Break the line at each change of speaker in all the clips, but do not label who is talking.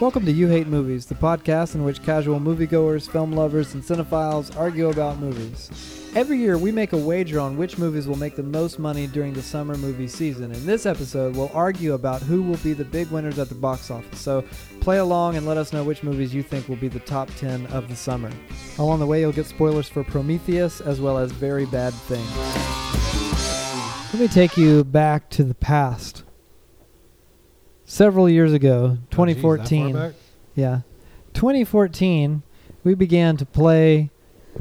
Welcome to You Hate Movies, the podcast in which casual moviegoers, film lovers, and cinephiles argue about movies. Every year, we make a wager on which movies will make the most money during the summer movie season. In this episode, we'll argue about who will be the big winners at the box office. So play along and let us know which movies you think will be the top 10 of the summer. Along the way, you'll get spoilers for Prometheus as well as Very Bad Things. Let me take you back to the past. Several years ago,
Oh, geez, that far
2014.
back?
Yeah. 2014, we began to play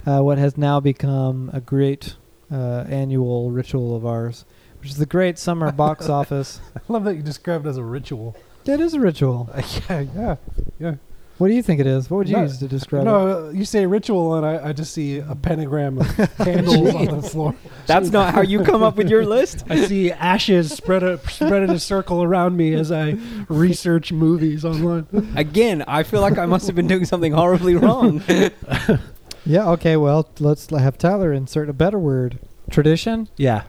uh, what has now become a great uh, annual ritual of ours, which is the Great Summer Box Office.
I love that you described it as a ritual.
That is a ritual.
yeah, yeah, yeah.
What do you think it is? What would you
No,
use to describe it?
No, uh, you say ritual, and I, I just see a pentagram of candles on the floor.
That's not how you come up with your list.
I see ashes spread a, spread in a circle around me as I research movies online.
Again, I feel like I must have been doing something horribly wrong.
Yeah, okay, well, let's l- have Tyler insert a better word. Tradition?
Yeah,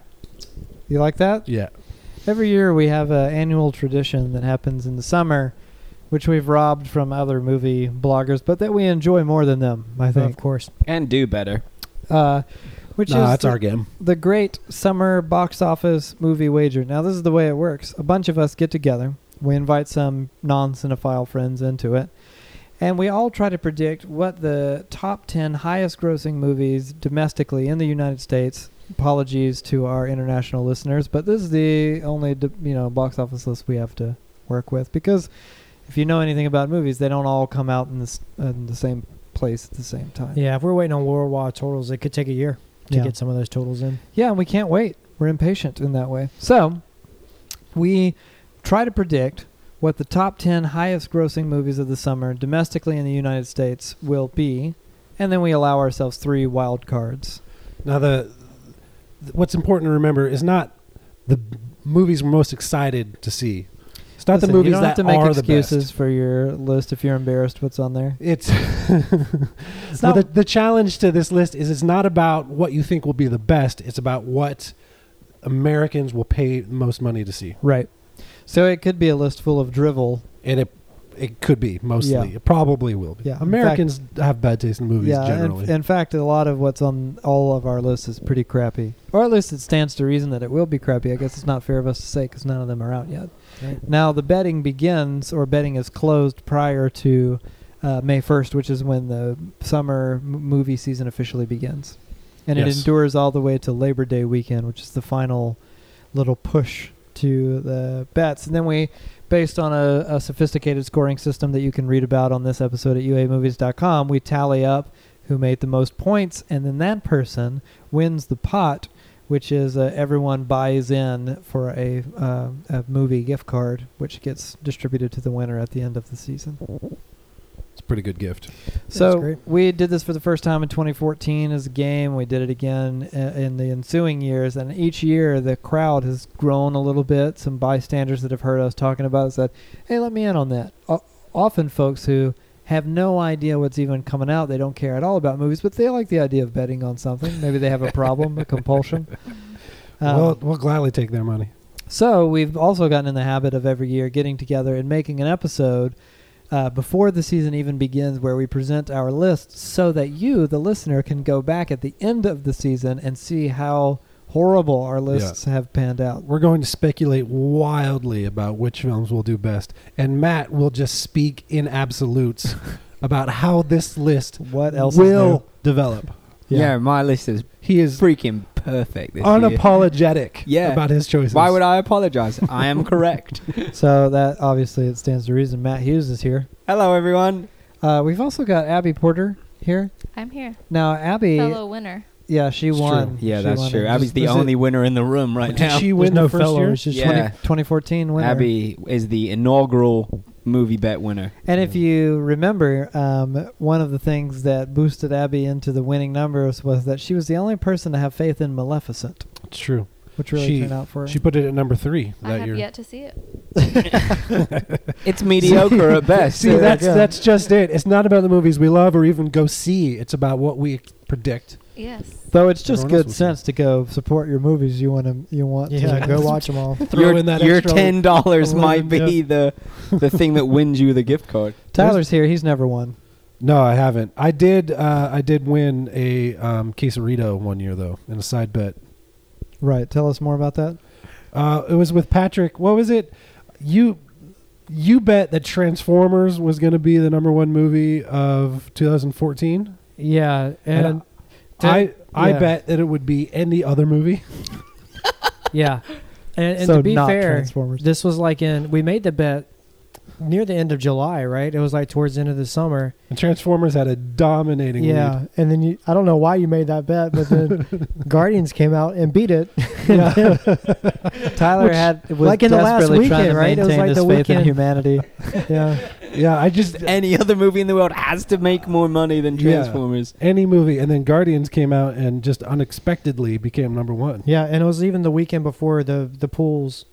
You like that?
yeah.
Every year we have an annual tradition that happens in the summer, which we've robbed from other movie bloggers, but that we enjoy more than them, I think.
Of course.
and do better.
Uh, which is the-
game.
the great summer box office movie wager. Now, this is the way it works. A bunch of us get together. We invite some non cinephile friends into it. And we all try to predict what the top 10 highest grossing movies domestically in the United States. Apologies to our international listeners, but this is the only d- you know box office list we have to work with because if you know anything about movies, they don't all come out in, this, in the same place at the same time.
Yeah, if we're waiting on worldwide totals, it could take a year to
Yeah.
get some of those totals in.
Yeah, and we can't wait. We're impatient in that way. So, we try to predict what the top 10 highest grossing movies of the summer domestically in the United States will be, and then we allow ourselves three wild cards.
Now the th- what's important to remember is not the b- movies we're most excited to see. It's not
Listen,
the movies
you don't
that
have to make
are the
excuses
best.
for your list if you're embarrassed what's on there.
It's,
It's not,
Well, the, the challenge to this list is it's not about what you think will be the best. It's about what Americans will pay the most money to see,
right. So it could be a list full of drivel.
and it it could be mostly.
Yeah.
It probably will be.
Yeah, in fact-
Americans have bad taste in movies
yeah, and
generally.
in, fact, a lot of what's on all of our lists is pretty crappy. Or at least it stands to reason that it will be crappy. I guess it's not fair of us to say because none of them are out yet. Now the betting begins or betting is closed prior to uh, May 1st, which is when the summer m- movie season officially begins, and it
Yes.
endures all the way to Labor Day weekend, which is the final little push to the bets. And then we, based on a, a sophisticated scoring system that you can read about on this episode at uamovies.com, we tally up who made the most points, and then that person wins the pot which is uh, everyone buys in for a, uh, a movie gift card, which gets distributed to the winner at the end of the season.
it's a pretty good gift.
So
great.
we did this for the first time in 2014 as a game. We did it again i- in the ensuing years, and each year the crowd has grown a little bit. Some bystanders that have heard us talking about it said, "Hey, let me in on that." O- often, folks who have no idea what's even coming out, they don't care at all about movies, but they like the idea of betting on something. Maybe they have a problem, a compulsion. Um,
we'll, we'll gladly take their money.
so we've also gotten in the habit of every year getting together and making an episode uh, before the season even begins where we present our list so that you, the listener, can go back at the end of the season and see how horrible our lists have panned out.
We're going to speculate wildly about which films will do best, and Matt will just speak in absolutes about how this list
What else is
will develop.
Yeah.
Yeah. my list is
He is
freaking perfect this year.
unapologetic
Yeah.
about his choices.
Why would I apologize? I am correct.
new? So that obviously it stands to reason. Matt Hughes is here.
Hello, everyone.
Uh, we've also got Abby Porter here.
I'm here,
Now Abby,
fellow winner.
yeah, she
It's true.
won.
Yeah,
She
that's
won
true.
it.
Abby's the
was it-
only winner in the room right
Did
now.
she
There's
win
no
the first
fellow.
year?
It's just 20
Yeah.
2014 winner.
Abby is the inaugural movie bet winner.
And if you remember, um, one of the things that boosted Abby into the winning numbers was that she was the only person to have faith in Maleficent,
It's true.
which really
She-
turned out for her.
She put it at number three
I
that
have
year.
yet to see it.
It's mediocre at best.
See,
There we
that's
go.
that's just it. It's not about the movies we love or even go see. It's about what we predict.
Yes.
Though it's just
Everyone else
good
was-
sense to go support your movies you want to you want
Yeah,
to
go watch them all.
Throw
your
in that
your
extra-
ten dollars might
Yeah.
be the the thing that wins you the gift card.
Tyler's here, he's never won.
No, I haven't. I did. Uh, I did win a um, quesarito one year though in a side bet.
Right. Tell us more about that.
Uh, it was with Patrick. What was it? You you bet that Transformers was going to be the number one movie of 2014,
Yeah,
and,
and
I
did-
I
yeah.
bet that it would be any other movie.
yeah, and, and
so
to be
not
fair,
Transformers.
this was like in we made the bet near the end of July, right? It was like towards the end of the summer.
And Transformers had a dominating
yeah,
lead.
and then you, I don't know why you made that bet, but then Guardians came out and beat it.
Yeah. Tyler
Which,
had was
like in the last
desperately trying
weekend,
to
right? It was
maintain
like
his
the
faith in
weekend.
humanity.
yeah,
Yeah, I just
Any other movie in the world has to make more money than
Yeah.
Transformers.
any movie, and then Guardians came out and just unexpectedly became number one.
yeah, and it was even the weekend before the the pools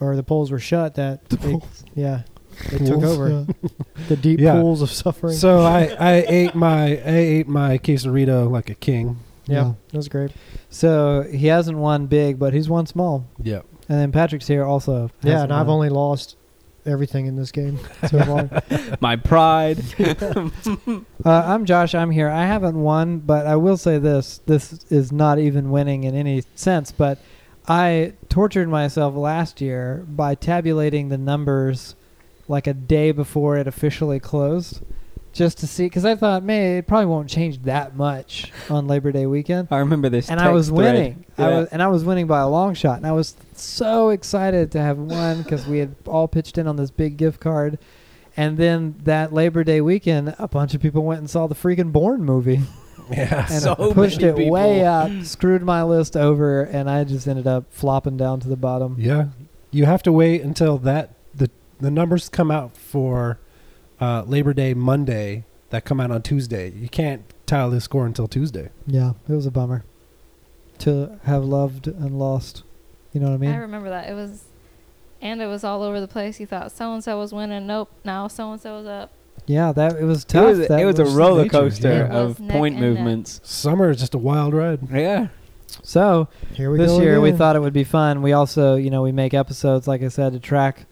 or the polls were shut that they- yeah they took
Pools?
over the deep
Yeah.
pools of suffering.
So I, I ate my I ate my quesarito like a king.
yeah,
Yeah.
it was great.
So he hasn't won big, but he's won small.
Yeah.
And then Patrick's here also.
Yeah,
hasn't
and I've
won.
only lost everything in this game so far.
My pride.
Uh, I'm Josh. I'm here. I haven't won, but I will say this: this is not even winning in any sense. But I tortured myself last year by tabulating the numbers like a day before it officially closed, just to see, because I thought, man, it probably won't change that much on Labor Day weekend.
I remember this.
And I was
text thread.
winning. I
Yeah.
was, and I was winning by a long shot. And I was so excited to have won because we had all pitched in on this big gift card. And then that Labor Day weekend, a bunch of people went and saw the freaking Born movie
Yeah.
and
So
I pushed it
many
way
people.
up, screwed my list over, and I just ended up flopping down to the bottom.
Yeah, you have to wait until that the the numbers come out for uh, Labor Day Monday that come out on Tuesday. You can't tile the score until Tuesday.
Yeah, it was a bummer to have loved and lost. You know what I mean?
I remember that. It was, and it was all over the place. You thought so and so was winning. Nope. Now so and so is up.
yeah, that it was
It
tough.
was,
that
it was a
was
roller
nature,
coaster
yeah. It was
of
neck
point
and neck.
movements.
Summer is just a wild ride.
Yeah.
So
Here we
this
go
year we
again.
thought it would be fun. We also, you know, we make episodes like I said to track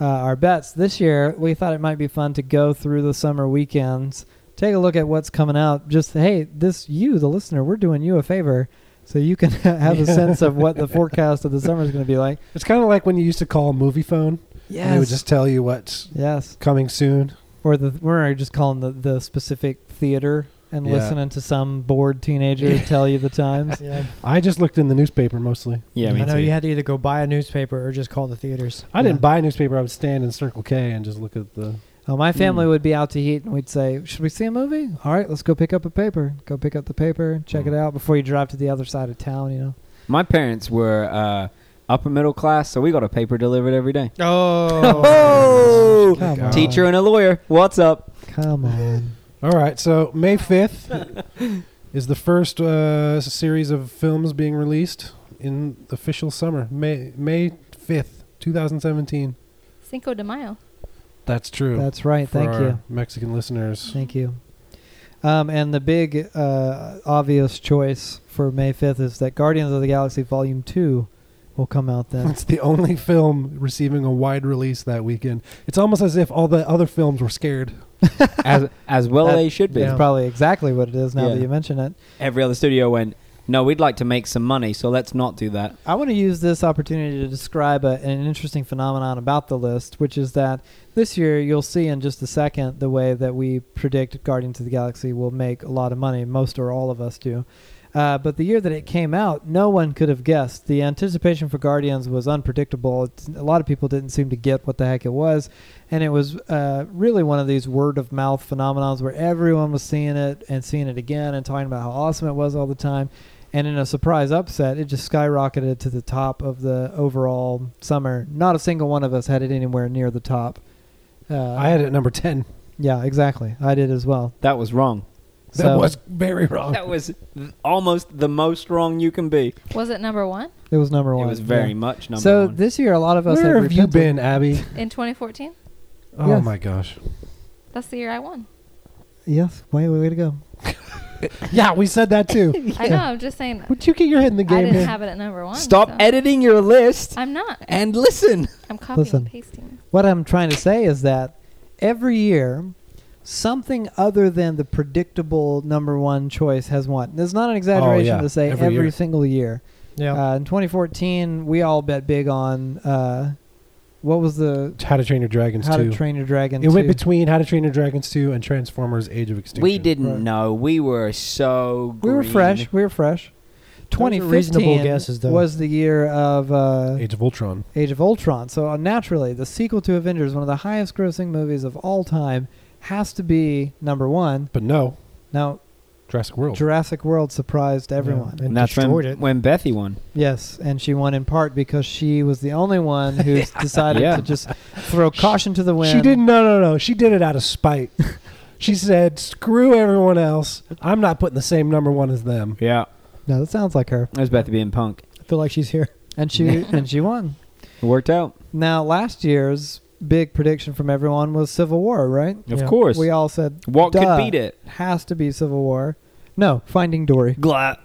uh, our bets. This year we thought it might be fun to go through the summer weekends, take a look at what's coming out. Just hey, this you, the listener, we're doing you a favor. So you can have a sense of what the forecast of the summer is going to be like.
It's kind of like when you used to call movie phone. And it would just tell you what's
yes.
coming soon.
Or the we're just calling the, the specific theater and
Yeah.
listening to some bored teenager tell you the times.
Yeah.
I just looked in the newspaper mostly.
Yeah, me
I know
too.
you had to either go buy a newspaper or just call the theaters.
I
Yeah.
didn't buy a newspaper. I would stand in Circle K and just look at the.
Oh, my family
Mm.
would be out to eat, and we'd say, "Should we see a movie? All right, let's go pick up a paper. Go pick up the paper, check
Hmm.
it
Mm.
out before you drive to the other side of town." You know,
My parents were uh, upper middle class, so we got a paper delivered every day.
Oh.
Come on.
Teacher and a lawyer. What's up?
come on.
All right, so May 5th is the first uh, series of films being released in official summer. May May 5th, 2017.
Cinco de Mayo.
That's true.
That's right.
for
Thank
our
you,
Mexican listeners.
thank you. Um, and the big uh, obvious choice for May fifth is that Guardians of the Galaxy Volume Two will come out then.
It's the only film receiving a wide release that weekend. It's almost as if all the other films were scared.
As as well
That-
they should be.
It's probably exactly what it is now that
Yeah.
you mention it.
Every other studio went. No, we'd like to make some money, so let's not do that.
I want to use this opportunity to describe a, an interesting phenomenon about the list, which is that this year you'll see in just a second the way that we predict Guardians of the Galaxy will make a lot of money. Most or all of us do. Uh, but the year that it came out, no one could have guessed. The anticipation for Guardians was unpredictable. It's, a lot of people didn't seem to get what the heck it was. And it was uh, really one of these word of mouth phenomenons where everyone was seeing it and seeing it again and talking about how awesome it was all the time and in a surprise upset, it just skyrocketed to the top of the overall summer. Not a single one of us had it anywhere near the top. Uh,
I had it at number 10.
yeah, exactly. I did as well.
That was wrong.
So-
that was very
Oh.
wrong.
That was th- almost the most wrong you can be.
Was it number one
It was number one.
It was very
yeah.
much number
So
one.
this year, a lot of us
Where
had
have you
repented.
been, Abby?
in 2014?
Oh
Yes.
my gosh.
That's the year I won.
Yes, way way to go.
yeah, we said that too.
I know. I'm just saying.
Would you get your head in the
I
game
didn't
here?
have it at number one.
Stop
so.
editing your list
I'm not.
and listen.
I'm copying
Listen.
and pasting.
What I'm trying to say is that every year, something other than the predictable number one choice has won. It's not an exaggeration
yeah.
to say every,
Every year.
single year.
Yeah.
Uh, in 2014, we all bet big on uh, what was the
How to Train Your Dragons
How
2.
to Train Your Dragon.
it went
2.
between How to Train Your Dragons 2 and Transformers Age of Extinction.
We didn't
Right.
know. We were so
we
green.
were fresh. We were fresh.
are reasonable
2015
guesses, though.
was the year of uh,
Age of Ultron.
Age of Ultron. So uh, naturally, the sequel to Avengers, one of the highest grossing movies of all time, has to be number one.
But no,
Now,
Jurassic
Oh.
World.
Jurassic World surprised everyone.
Yeah.
And that's when,
Destroyed it.
when Bethy won.
Yes, and she won in part because she was the only one who decided
Yeah.
to just throw caution to the wind.
she didn't. No, no, no. She did it out of spite. she said, "Screw everyone else. I'm not putting the same number one as them."
Yeah.
No, that sounds like her.
It was Bethy being punk.
I feel like she's here.
And she and she won.
It worked out.
Now, last year's big prediction from everyone was Civil War, right?
Of
Yeah.
course.
We all said
what
Duh.
could beat it?
has to be Civil War. No, Finding Dory.
Glut.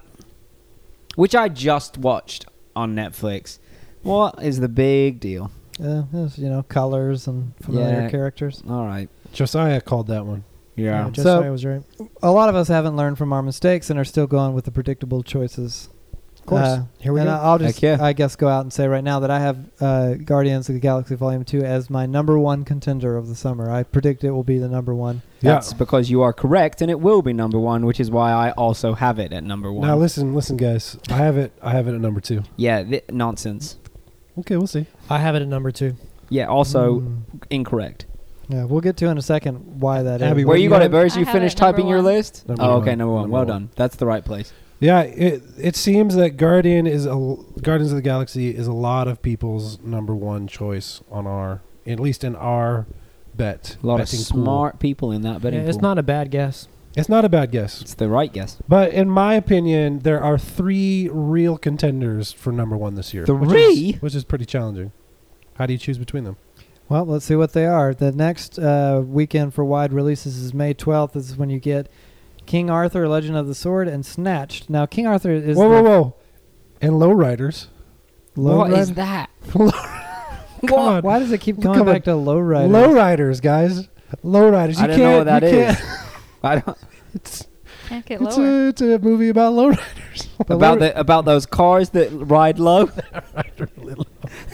Which I just watched on Netflix. What is the big deal?
Uh, it was, you know, colors and familiar
Yeah.
characters.
All right.
Josiah called that one.
Yeah, just
So-
so I was right.
A lot of us haven't learned from our mistakes and are still going with the predictable choices.
Of course.
Uh,
here we
and
go.
I'll just,
Heck yeah.
I guess, go out and say right now that I have uh, Guardians of the Galaxy Volume Two as my number one contender of the summer. I predict it will be the number one.
That's because you are correct, and it will be number one, which is why I also have it at number one.
Now listen, listen, guys. I have it. I have it at number two.
yeah, th- nonsense.
Okay, we'll see.
I have it at number two.
Yeah, also
Hmm.
Mm.
incorrect.
yeah, we'll get to in a second why that is.
Abby,
Where
do you
you got it,
have?
Burris?
I
You
have it
finished
number
typing your
one.
list?
Number
Oh,
one.
okay, number one.
Number
well
one.
done. That's the right place.
Yeah, it it seems that Guardian is a Guardians of the Galaxy is a lot of people's number one choice on our, at least in our bet.
A lot
betting
of
pool.
smart people in that betting
Yeah, it's
pool.
not a bad guess.
It's not a bad guess.
It's the right guess.
But in my opinion, there are three real contenders for number one this year. which
Three?
is, which is pretty challenging. How do you choose between them?
Well, let's see what they are. The next uh, weekend for wide releases is May 12th. This is when you get King Arthur, Legend of the Sword, and Snatched. Now, King Arthur is
whoa, whoa,
the
whoa! And lowriders.
low
what
rider-
is that?
Come on,
Why does it keep
Look
going
at
back to low rider?
lowriders, guys. Lowriders. You
I don't
can't,
know what that
you
is.
Can't,
I don't,
it's
Can't get
it's
lower.
a, it's a movie about lowriders.
about the, about those cars that ride low.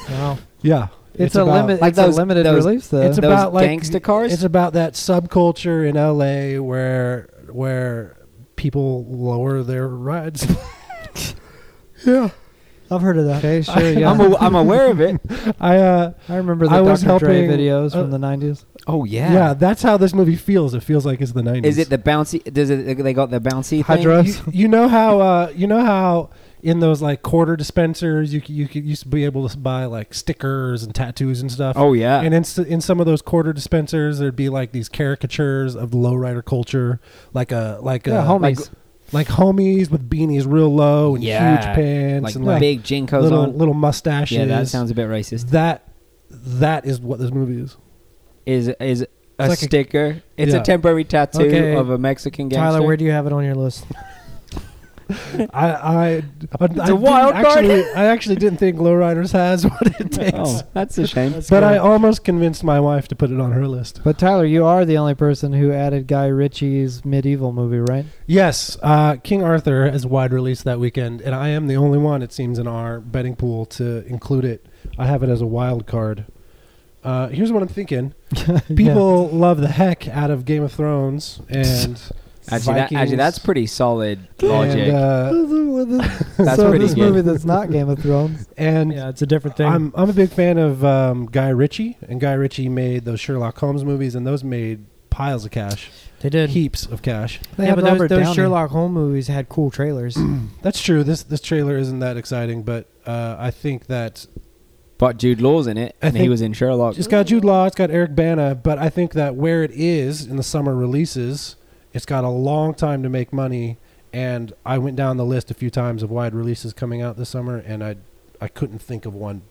Wow.
Yeah,
It's, a
about-
limit.
like
it's a
those-
limited
those-
release though.
It's
those
about like
gangster cars?
It's about that subculture in L.A. where where people lower their rides. yeah,
I've heard of that. Okay, sure. Yeah,
I'm, a, I'm aware of it.
I uh,
I remember the
I
Dr.
was
Dre
helping,
videos
uh,
from the 90s.
Oh
yeah.
yeah.
that's how this movie feels. It feels like it's the '90s.
Is it the bouncy? Does it? They got the bouncy
Hydro-
thing.
you, you know how uh, you know how in those like quarter dispensers you c- you c- used to be able to buy like stickers and tattoos and stuff.
Oh yeah.
And in, s- in some of those quarter dispensers, there'd be like these caricatures of lowrider culture, like a like
yeah,
a
homies.
like, like homies with beanies real low and
Yeah.
huge pants
like,
and like
big jinkos
little
on.
little mustaches.
Yeah, that sounds a bit racist.
that that is what this movie is.
Is is a
like a-
sticker? it's
Yeah.
a temporary tattoo
Okay.
of a Mexican gangster.
Tyler, where do you have it on your list?
I I, I, I
a wild
didn't actually, I actually didn't think Lowriders has what it takes.
oh, that's a shame.
But I almost convinced my wife to put it on her list.
But Tyler, you are the only person who added Guy Ritchie's medieval movie, right?
Yes, uh, King Arthur is wide release that weekend, and I am the only one, it seems, in our betting pool to include it. I have it as a wild card. Uh, here's what I'm thinking: people love the heck out of Game of Thrones, and
actually, that, actually,
Vikings
that's pretty solid logic.
And, uh,
That's
so
pretty
this
good.
movie that's not Game of Thrones.
and
Yeah, it's a different thing.
I'm I'm a big fan of um, Guy Ritchie, and Guy Ritchie made those Sherlock Holmes movies, and those made piles of cash,
they did.
heaps of cash.
They
yeah,
have
but
Robert
those, those
Downey.
Sherlock Holmes movies had cool trailers.
Uh,
That's true. This this trailer isn't that exciting, but uh, I think that
but Jude Law's in it,
I
and he
think-
was in Sherlock.
it's got Jude Law, it's got Eric Bana, but I think that where it is in the summer releases, it's got a long time to make money. And I went down the list a few times of wide releases coming out this summer, and I I couldn't think of one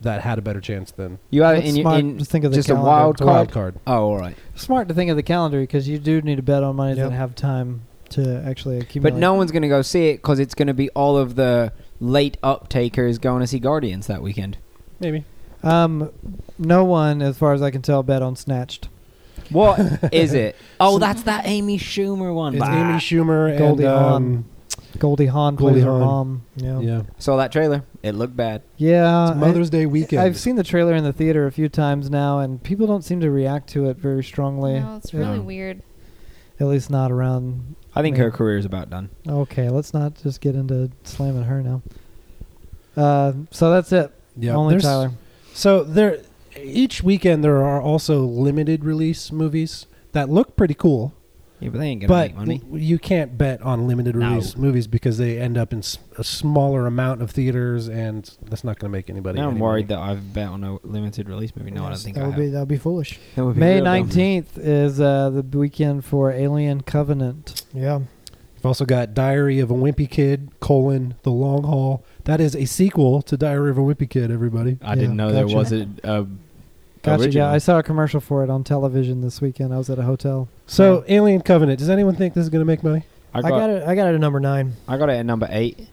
that had a better chance than
you had it
That's
in, your-
smart.
in
just think of the
just a
calendar.
wild
It's a
card.
card.
Oh, all right.
Smart to think of the calendar because you do need to bet on money that
Yep.
have time
to actually accumulate.
But no one's going to go see it because it's going to be all of the late uptakers going to see Guardians that weekend.
Maybe.
Um,
No one, as far as I can tell, bet on Snatched.
What is it? Oh, that's that Amy Schumer one.
It's
Bah.
Amy Schumer
Goldie
and
Hawn.
um,
Goldie Hawn
Goldie
plays her
Hawn.
mom. Yeah.
yeah,
Saw that trailer. It looked bad.
Yeah,
it's Mother's Day weekend.
Uh, I've seen the trailer in the theater a few times now, and people don't seem to react to it very strongly.
No, it's really
Yeah.
weird.
At least not around.
I think
Man.
her career is about done.
Okay, let's not just get into slamming her now. Uh, so that's it.
yeah,
Only
there's-
Tyler.
So there, each weekend there are also limited release movies that look pretty cool,
Yeah, but they ain't going to
but
make money.
w- you can't bet on limited
No.
release movies because they end up in s- a smaller amount of theaters, and that's not going to make anybody.
Now I'm
any
worried
money.
that I've bet on a limited release movie. No, I don't
Yes,
think
that
I
would
have.
be that would be foolish.
That would be
May
real dumb.
nineteenth is uh, the weekend for Alien Covenant. Yeah,
You've also got Diary of a Wimpy Kid: colon The Long Haul. That is a sequel to Diary of a Wimpy Kid. Everybody.
I didn't
Yeah,
know
gotcha.
there was a. a
gotcha.
original.
Yeah, I saw a commercial for it on television this weekend. I was at a hotel.
So Alien Covenant. Does anyone think this is going to make money?
I got, I, got it.
it. I got it at number nine.
at number eight.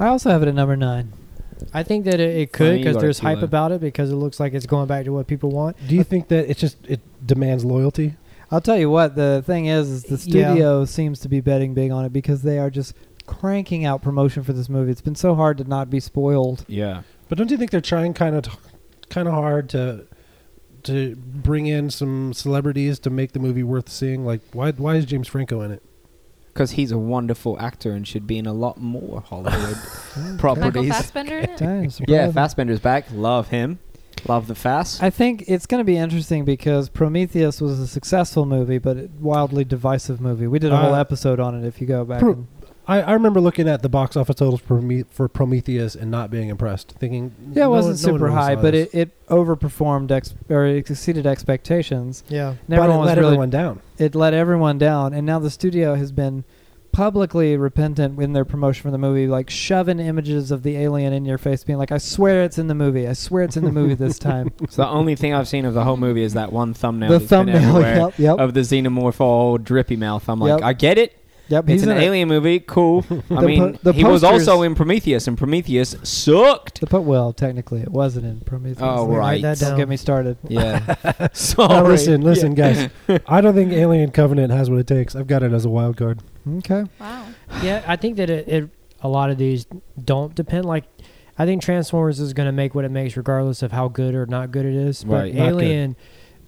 I also have it at number nine.
I think that it, it
I
could
mean, you
because
got
there's
it too
hype
low.
about it because it looks like it's going back to what people want.
Do you think that it's just it demands loyalty?
I'll tell you what, the thing is, is the
Yeah.
studio seems to be betting big on it because they are just cranking out promotion for this movie. It's been so hard to not be spoiled.
Yeah.
But don't you think they're trying kind of, kind of hard to, to bring in some celebrities to make the movie worth seeing? Like, why why is James Franco in it?
Because he's a wonderful actor and should be in a lot more Hollywood
Michael
properties.
Fassbender. in it?
Dang,
Yeah,
surprising.
Fassbender's back. Love him. Love the Fass.
I think it's going to be interesting because Prometheus was a successful movie, but a wildly divisive movie. We did a whole
Uh,
episode on it if you go back.
Pro-
and-
I, I remember looking at the box office totals for, Prome- for Prometheus and not being impressed, thinking
yeah, it
no one-
wasn't
no one
super
really
high,
saw
but
this.
it, it overperformed ex- or it exceeded expectations.
Yeah.
And everyone
but it
was
let
really
everyone down.
it let everyone down and now the studio has been publicly repentant in their promotion for the movie like shoving images of the alien in your face being like i swear it's in the movie i swear it's in the movie this time
So the only thing I've seen of the whole movie is that one thumbnail.
the
that's been
thumbnail
everywhere
yep yep
of the xenomorph all drippy mouth. I'm like,
Yep.
I get it.
yep
It's
he's
an
in it.
alien movie. Cool. I
The
mean,
po- the
he was
posters-
also in Prometheus, and Prometheus sucked.
the put well technically it wasn't in prometheus
Oh,
Don't
right.
that down.
get me started
Yeah.
Now
Sorry.
listen, listen, guys. I don't think Alien Covenant has what it takes. I've got it as a wild card.
okay
Wow.
Yeah, I think that it, it a lot of these don't depend. Like, I think Transformers is going to make what it makes, regardless of how good or not good it is. But
Right.
Not good.
Alien,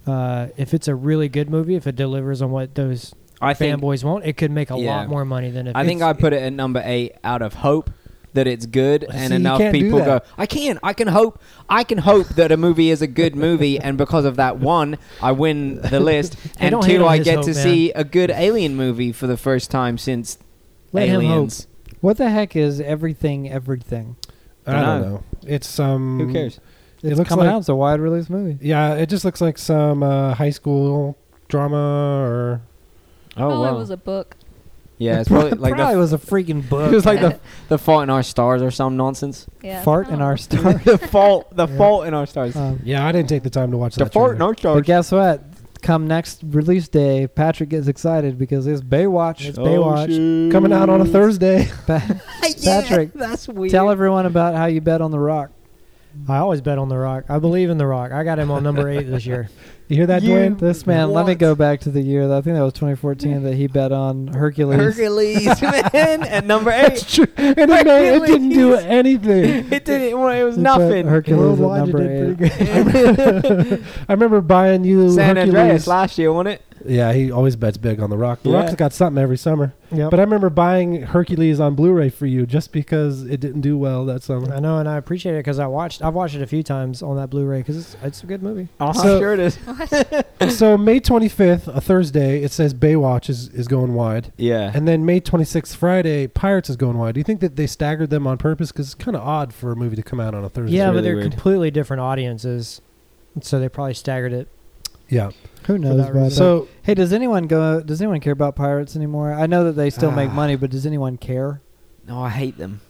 uh, if it's a really good movie, if it delivers on what those
I think
fanboys want, it could make a
Yeah.
lot more money than if
I think I
it's-
put it at number eight out of hope that it's good and
See, you
enough
can't do
people go.
that.
I can. I can hope. I can hope that a movie is a good movie, and because of that, one, I win the list, and
don't hate
two,
on
I
his
get
hope,
to
man.
see a good alien movie for the first time since
Let him
Aliens.
what the heck is everything everything
I don't
Dunno.
know. It's um.
Who cares?
It
it's
looks
coming
like-
out it's a wide release movie
Yeah, it just looks like some uh, high school drama or
Oh, it was a book.
yeah, it's probably like
probably
the,
was a freaking
it
book
was like the the fault in our stars or some nonsense.
Yeah. Oh,
fart
I
in
don't
our
know.
star
the fault, the
Yeah.
fault in our stars.
um,
Yeah, I didn't take the time to watch
the
that.
fault in
trailer.
our
But
stars.
guess what? Come next release day, Patrick gets excited because it's Baywatch.
Oh,
It's Baywatch.
Coming out on a Thursday.
Pa-
Yeah,
Patrick,
that's weird.
tell everyone about how you bet on The Rock.
I always bet on The Rock. I believe in The Rock. I got him on number eight this year.
You hear that,
You-
Dwayne?
This man, let me
What?
go back to the year. that- I think that was 2014 that he bet on Hercules.
Hercules, man, at number eight.
That's true. And it, ma- it didn't do anything.
It didn't. Well, it was
He bet
nothing.
Hercules at
Worldwide, it
number
did
eight.
pretty good. I remember buying you
San
Hercules.
Andreas last year, wasn't it?
yeah, he always bets big on The Rock. The
Yeah.
Rock's got something every summer.
Yep.
But I remember buying Hercules on Blu-ray for you just because it didn't do well that summer.
I know, and I appreciate it because I watched. I've watched it a few times on that Blu-ray because it's, it's a good movie.
So-
I'm sure it is.
so May 25th, a Thursday, it says Baywatch is, is going wide.
Yeah.
And then May 26th, Friday, Pirates is going wide. Do you think that they staggered them on purpose? Because it's kind of odd for a movie to come out on a Thursday.
yeah,
really
but they're
weird.
completely different audiences, so they probably staggered it.
Yeah.
Who knows?
that
about
reason.
that?
So
hey, does anyone go? Does anyone care about pirates anymore? I know that they still make
Ah.
money, but does anyone care?
No, I hate them.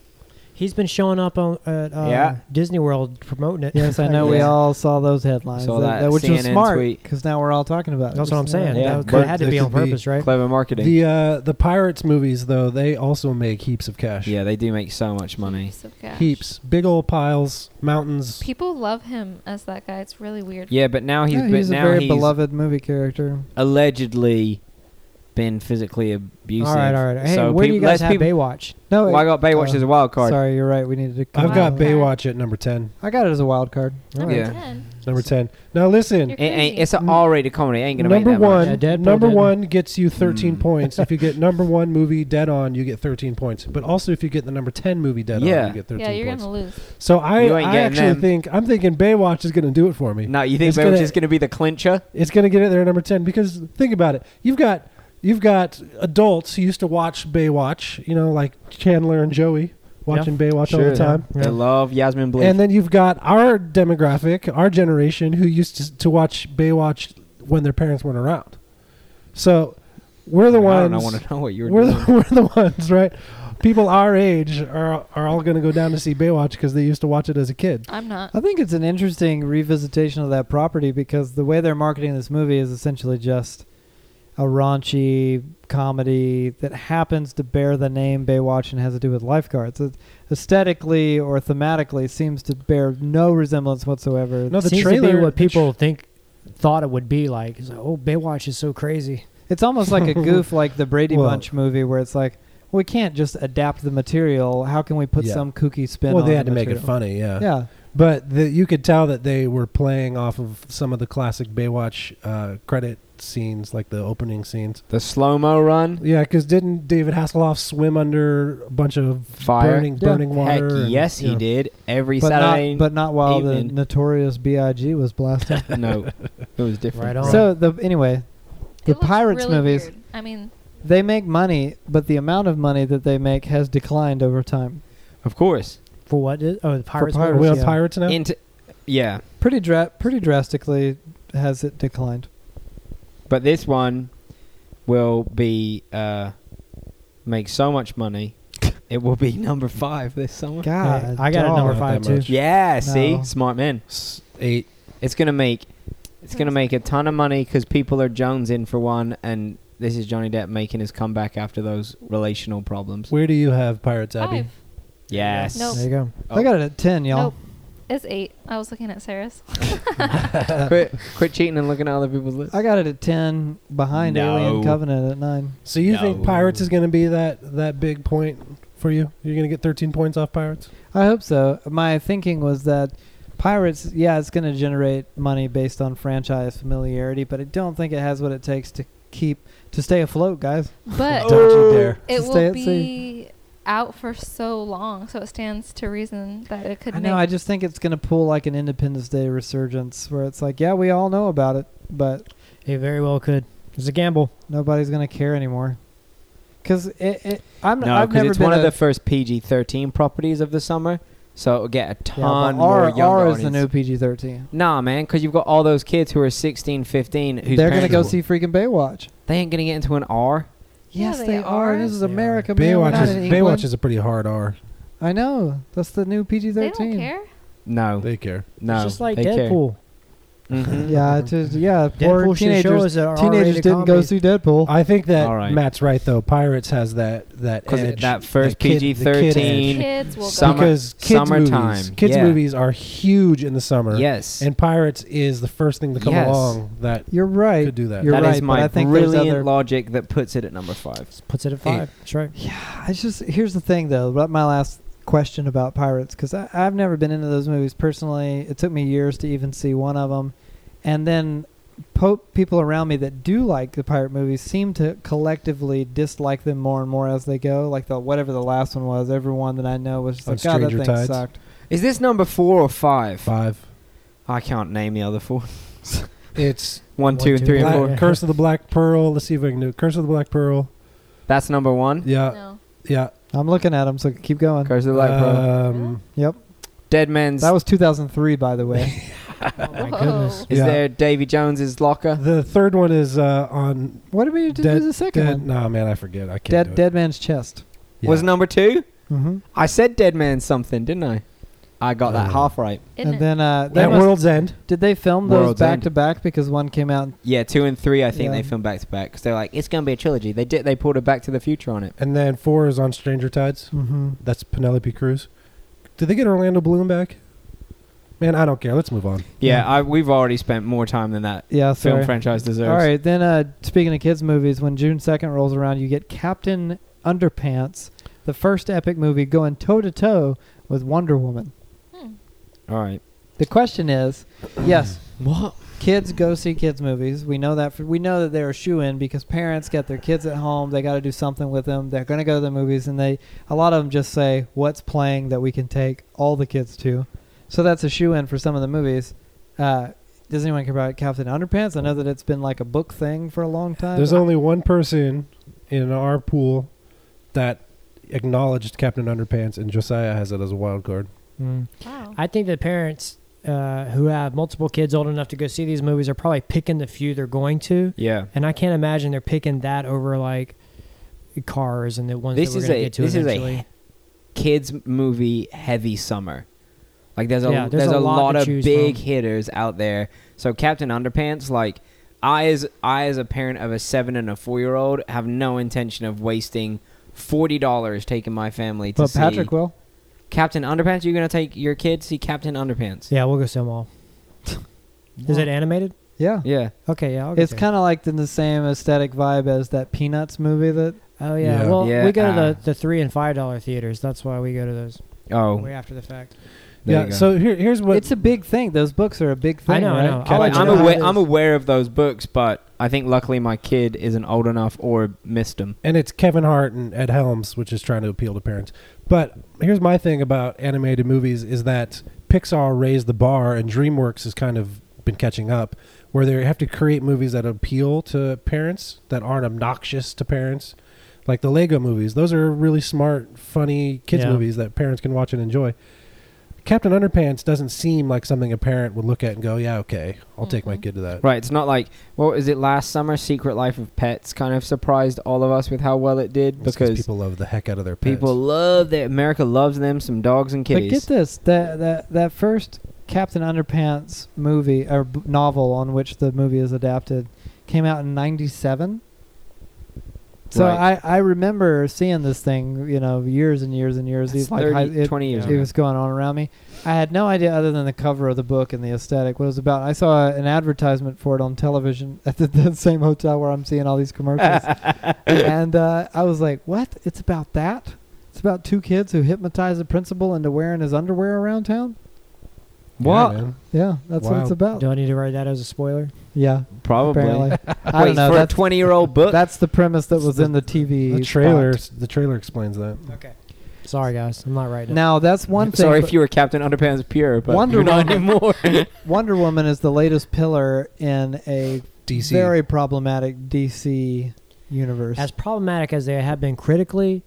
He's been showing up on at uh,
Yeah.
Disney World promoting it.
Yes, I know we
Yeah.
all saw those headlines.
Saw that
which was
CNN
smart
tweet.
because now we're all talking about it.
That's what I'm
Just,
saying.
uh,
Yeah,
that,
but
that had to
that
be on
could be-
purpose, right?
Clever marketing.
The uh, the pirates movies though they also make heaps of cash.
yeah, they do make so much money.
Piece of cash.
heaps, big old piles, mountains.
People love him as that guy. It's really weird.
Yeah, but now he's
yeah,
but
he's a
now
very
he's
beloved movie character.
allegedly been physically abusive.
All right, all right. Hey,
So
where do
peop-
you guys
less
have
people-
Baywatch?
No,
Well, I got Baywatch
Oh,
as a wild card.
sorry, you're right. We needed to.
I've
come
got
up.
Wow.
Baywatch at number ten.
I got it as a wild card.
Number
Yeah.
10.
Number ten. Now listen,
You're
It ain't,
crazy.
it's an R-rated comedy. It ain't gonna
number
make that much.
one,
Yeah, Deadpool
number
didn't.
one gets you 13
Mm.
points. If you get number one movie dead on, you get 13 points. But also, if you get the number 10 movie dead
Yeah.
on, you get 13
Yeah, you're
points.
gonna lose.
so I,
You ain't
I
getting
actually
them.
think I'm thinking Baywatch is going to do it for me.
No, you think
It's
Baywatch
gonna-
is gonna be the clincher?
It's going to get it there at number 10 because think about it. You've got you've got adults who used to watch Baywatch. You know, like Chandler and Joey watching Baywatch all the time.
I love Yasmin Bleak.
And then you've got our demographic, our generation, who used to, to watch Baywatch when their parents weren't around. So we're the
I
ones.
don't want to know what you were
we're,
doing.
the, we're the ones, right? People our age are are all going to go down to see Baywatch because they used to watch it as a kid.
I'm not.
I think it's an interesting revisitation of that property because the way they're marketing this movie is essentially just a raunchy comedy that happens to bear the name Baywatch and has to do with lifeguards. It aesthetically or thematically seems to bear no resemblance whatsoever.
No, the
Seems
trailer.
to be what
the tr-
people think thought it would be like. It's like, oh, Baywatch is so crazy.
It's almost like a goof like the Brady
Well-
Bunch movie where it's like, we can't just adapt the material. How can we put
Yeah.
some kooky spin
well,
on
they
the
had to make it
material?
funny, yeah.
Yeah.
But the, you could tell that they were playing off of some of the classic Baywatch uh, credit scenes, like the opening scenes.
The slow-mo run.
Yeah, because didn't David Hasselhoff swim under a bunch of
Fire.
burning,
Yeah.
burning water?
Heck,
and-
yes, he
yeah.
did. Every
But
Saturday.
not, but not while the
evening.
notorious B.I.G. was blasting.
no, it was different.
Right on.
So the anyway, the
It looks
pirates
really
movies
weird. I mean,
they make money, but the amount of money that they make has declined over time.
Of course.
For what? Is, oh, the Pirates.
Are
Pirates.
we on
Yeah.
pirates now?
Into, yeah,
Pretty dra- pretty drastically has it declined.
but this one will be uh, make so much money. It will be number five this summer.
God,
Yeah, I got it
dog.
number
Not
five
that
too.
much.
Yeah, see,
No.
smart men.
S- Eight.
It's gonna make, it's gonna make a ton of money because people are jonesing for one, and this is Johnny Depp making his comeback after those relational problems.
Where do you have pirates, Abby?
five.
Yes.
Nope.
There you go.
I got it at ten, y'all.
Nope. It's eight. I was looking at Sarah's.
quit, quit cheating and looking at other people's lists.
I got it at ten behind Alien
No.
Covenant at nine.
So you
No.
think pirates is going to be that that big point for you? You're going to get 13 points off pirates.
I hope so. My thinking was that Pirates, yeah, it's going to generate money based on franchise familiarity, but I don't think it has what it takes to keep to stay afloat, guys.
But
Don't you dare.
Uh, it
To stay
will
at sea.
be out for so long, so it stands to reason that it could
I
make.
know. I just think it's going to pull like an Independence Day resurgence, where it's like, yeah, we all know about it, but
It very well could. It's a gamble.
nobody's going to care anymore. Because it, it, I'm
No,
I've
because
never
it's
been
one
a,
of the first PG-13 properties of the summer, so it'll get a
yeah, but
ton more
R,
younger
R is
audience.
the new PG-13.
Nah, man, because you've got all those kids who are 16, 15. Whose
They're going to
parents-
go see freaking Baywatch.
They ain't gonna get into an R.
Yeah,
yes,
they
they, are.
are.
This is
They are.
America. man. We're
Baywatch
not
is
in England.
Baywatch is a pretty hard R.
I know. That's the new PG-13.
they don't care.
No,
They care.
no.
it's just like
they care.
Deadpool.
Mhm.
Yeah, it's just, yeah. Poor
Deadpool should show
teenagers.
us that
Teenagers
R-rated
didn't go
comedy.
see Deadpool.
I think that
All right.
Matt's right though. Pirates has that that
'Cause
edge.
that first
the kid- the kid
PG-13
edge.
Kids will
Summer-
go.
because kids
summertime,
movies kids
yeah.
movies are huge in the summer.
Yes.
And pirates is the first thing to come
Yes.
along that
You're right.
could do that.
You're
That is
right, but
my
I think there's
brilliant
other-
logic that puts it at number five.
Puts it at five. That's right.
It's just here's the thing though. But my last question about pirates because I've never been into those movies personally. It took me years to even see one of them, and then po- people around me that do like the pirate movies seem to collectively dislike them more and more as they go. Like the whatever the last one was, everyone that I know was just
On
like, God, that
Stranger
thing
Tides?
sucked.
Is this number four or five?
Five.
I can't name the other four.
It's
One, two,
two,
and three, and
Black-
four.
Black- Curse of the Black Pearl. Let's see if I can do it. Curse of the Black Pearl.
That's number one.
Yeah,
Mm-hmm. No.
yeah.
I'm looking at them, so keep going.
Curse of the Black Pearl.
um,
Yep,
Dead Man's.
Uh, that was 2003, by the way.
my
Whoa.
goodness.
is
yeah.
there Davy Jones's locker?
the third one is uh, on
what did we do
Dead-
the second
dead.
one?
No, man, I forget. I can't.
Dead
do it.
Dead Man's Chest.
Yeah.
Was number two?
Mm-hmm.
I said Dead Man something, didn't I? I got that
Oh.
half right.
Isn't
and
it?
then uh, they
At
must-
World's End.
did they film those
World's
back
End.
to back because one came out?
Yeah, two and three. I think
Yeah.
they filmed back to back because they're like, it's gonna be a trilogy. They did. They pulled a Back to the Future on it.
And then four is on Stranger Tides.
Mm-hmm.
That's Penelope Cruz. Did they get Orlando Bloom back? Man, I don't care. Let's move on.
Yeah, I, we've already spent more time than that
Yeah, sorry.
film franchise deserves.
All right, then uh, speaking of kids' movies, when June 2nd rolls around, you get Captain Underpants, the first epic movie going toe to toe with Wonder Woman.
Hmm.
All right.
The question is yes,
What?
kids go see kids' movies. We know that. For, we know that they're a shoe in because parents get their kids at home. They got to do something with them. They're going to go to the movies, and they a lot of them just say, What's playing that we can take all the kids to? So that's a shoe in for some of the movies. Uh, does anyone care about Captain Underpants? I know that it's been like a book thing for a long time.
There's only one person in our pool that acknowledged Captain Underpants, and Josiah has it as a wild card.
Mm.
Wow.
I think that parents uh, who have multiple kids old enough to go see these movies are probably picking the few they're going to,
Yeah.
and I can't imagine they're picking that over like cars and the ones
This
that we're
is a-
going to get to
this is a-
eventually.
Kids movie heavy summer. Like there's a
Yeah,
there's, a, lot,
to
of
choose
big
from.
hitters out there. So Captain Underpants, like I as I as a parent of a seven and a four year old have no intention of wasting forty dollars taking my family to
But
see
Patrick will.
Captain Underpants. You're gonna take your kid to see Captain Underpants.
yeah, we'll go see them all. is it animated?
Yeah.
Yeah.
Okay, yeah. I'll go
It's
see 'em.
kind of like in the same aesthetic vibe as that Peanuts movie that
Oh yeah.
Yeah.
Well,
Yeah,
we go to
uh,
the, the three and five dollar theaters. That's why we go to those.
Oh.
Way after the fact.
there you
yeah.
go.
So here, here's what
it's a big thing. Those books are a big thing.
I know, I
right?
know.
Captain
I'll
Like,
let you
I'm
know how
aware.
it
I'm
is.
aware of those books, but I think luckily my kid isn't old enough or missed them.
and it's Kevin Hart and Ed Helms, which is trying to appeal to parents. But here's my thing about animated movies is that Pixar raised the bar, and DreamWorks has kind of been catching up, where they have to create movies that appeal to parents that aren't obnoxious to parents, like the Lego movies. Those are really smart, funny kids
Yeah.
movies that parents can watch and enjoy. Captain Underpants doesn't seem like something a parent would look at and go, "Yeah, okay, I'll take my
Mhm.
kid to that."
Right, it's not like what was it last summer? Secret Life of Pets kind of surprised all of us with how well it did
It's
because people,
people love the heck out of their pets.
love that America loves them some dogs and
But get
kitties.
this: that that that first Captain Underpants movie or b- novel on which the movie is adapted came out in '97. So
Right.
I I remember seeing this thing, you know, years and years and years.
It's
It- like
30,
high- it-
20 years
it
ago.
was going on around me. I had no idea other than the cover of the book and the aesthetic what it was about. I saw an advertisement for it on television at the, the same hotel where I'm seeing all these commercials, and uh, I was like, "What? It's about that? It's about two kids who hypnotize the principal into wearing his underwear around town?
Yeah,
What?
man.
Yeah, that's what
Wow.
it's about.
Do I need to write that as a spoiler?
Yeah,
Probably.
apparently. I don't
Wait,
know.
for a uh,
That's,
twenty-year-old book.
that's the premise that was in the TV
The
spot.
trailer, the trailer explains that.
Sorry, guys. I'm not writing it.
Now that's one thing.
Sorry
but
if you were Captain Underpants pure, but
Wonder
you're not
Woman-
anymore.
Wonder Woman is the latest pillar in a
DC.
very problematic DC universe.
As problematic as they have been critically,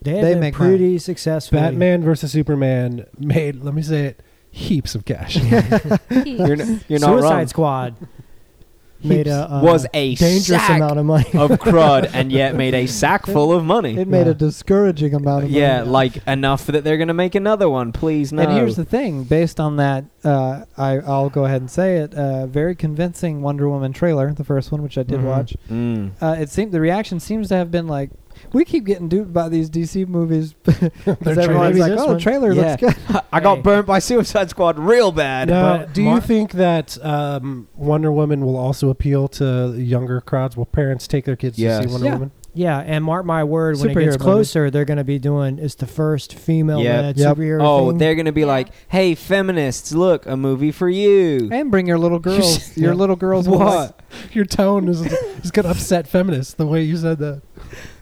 they have
They
been
make
pretty successful.
Batman versus Superman made, let me say it, heaps of cash.
you're, n- you're not
Suicide
wrong.
Squad made
Heaps.
a uh,
Was a
dangerous
sack
amount of money.
of crud, and yet made a sack full of money.
it made
Yeah.
a discouraging amount of
Yeah,
money.
like enough that they're gonna make another one. Please no.
And here's the thing: based on that, uh, I, I'll go ahead and say it. Uh, very convincing Wonder Woman trailer, the first one, which I did
Mhm.
watch.
Mm.
Uh, it seemed the reaction seems to have been like, we keep getting duped by these DC movies because everyone's
trailers.
like,
This
oh,
one.
the trailer
Yeah.
looks good.
I got
Hey.
burnt by Suicide Squad real bad.
Now,
But
do you
Mar-
think that um, Wonder Woman will also appeal to younger crowds? Will parents take their kids
Yes.
to see Wonder
Yeah.
Woman?
Yeah, and mark my word, when it
Superhero movie.
gets closer, they're going to be doing it's the first female
Yep.
led
Yep.
superhero.
Oh,
thing.
they're gonna be
Yeah.
like, "Hey, feminists, look, a movie for you."
and bring your little girls, your
Yeah.
little girls. will like-
What?
Your tone is, is going to upset feminists the way you said that.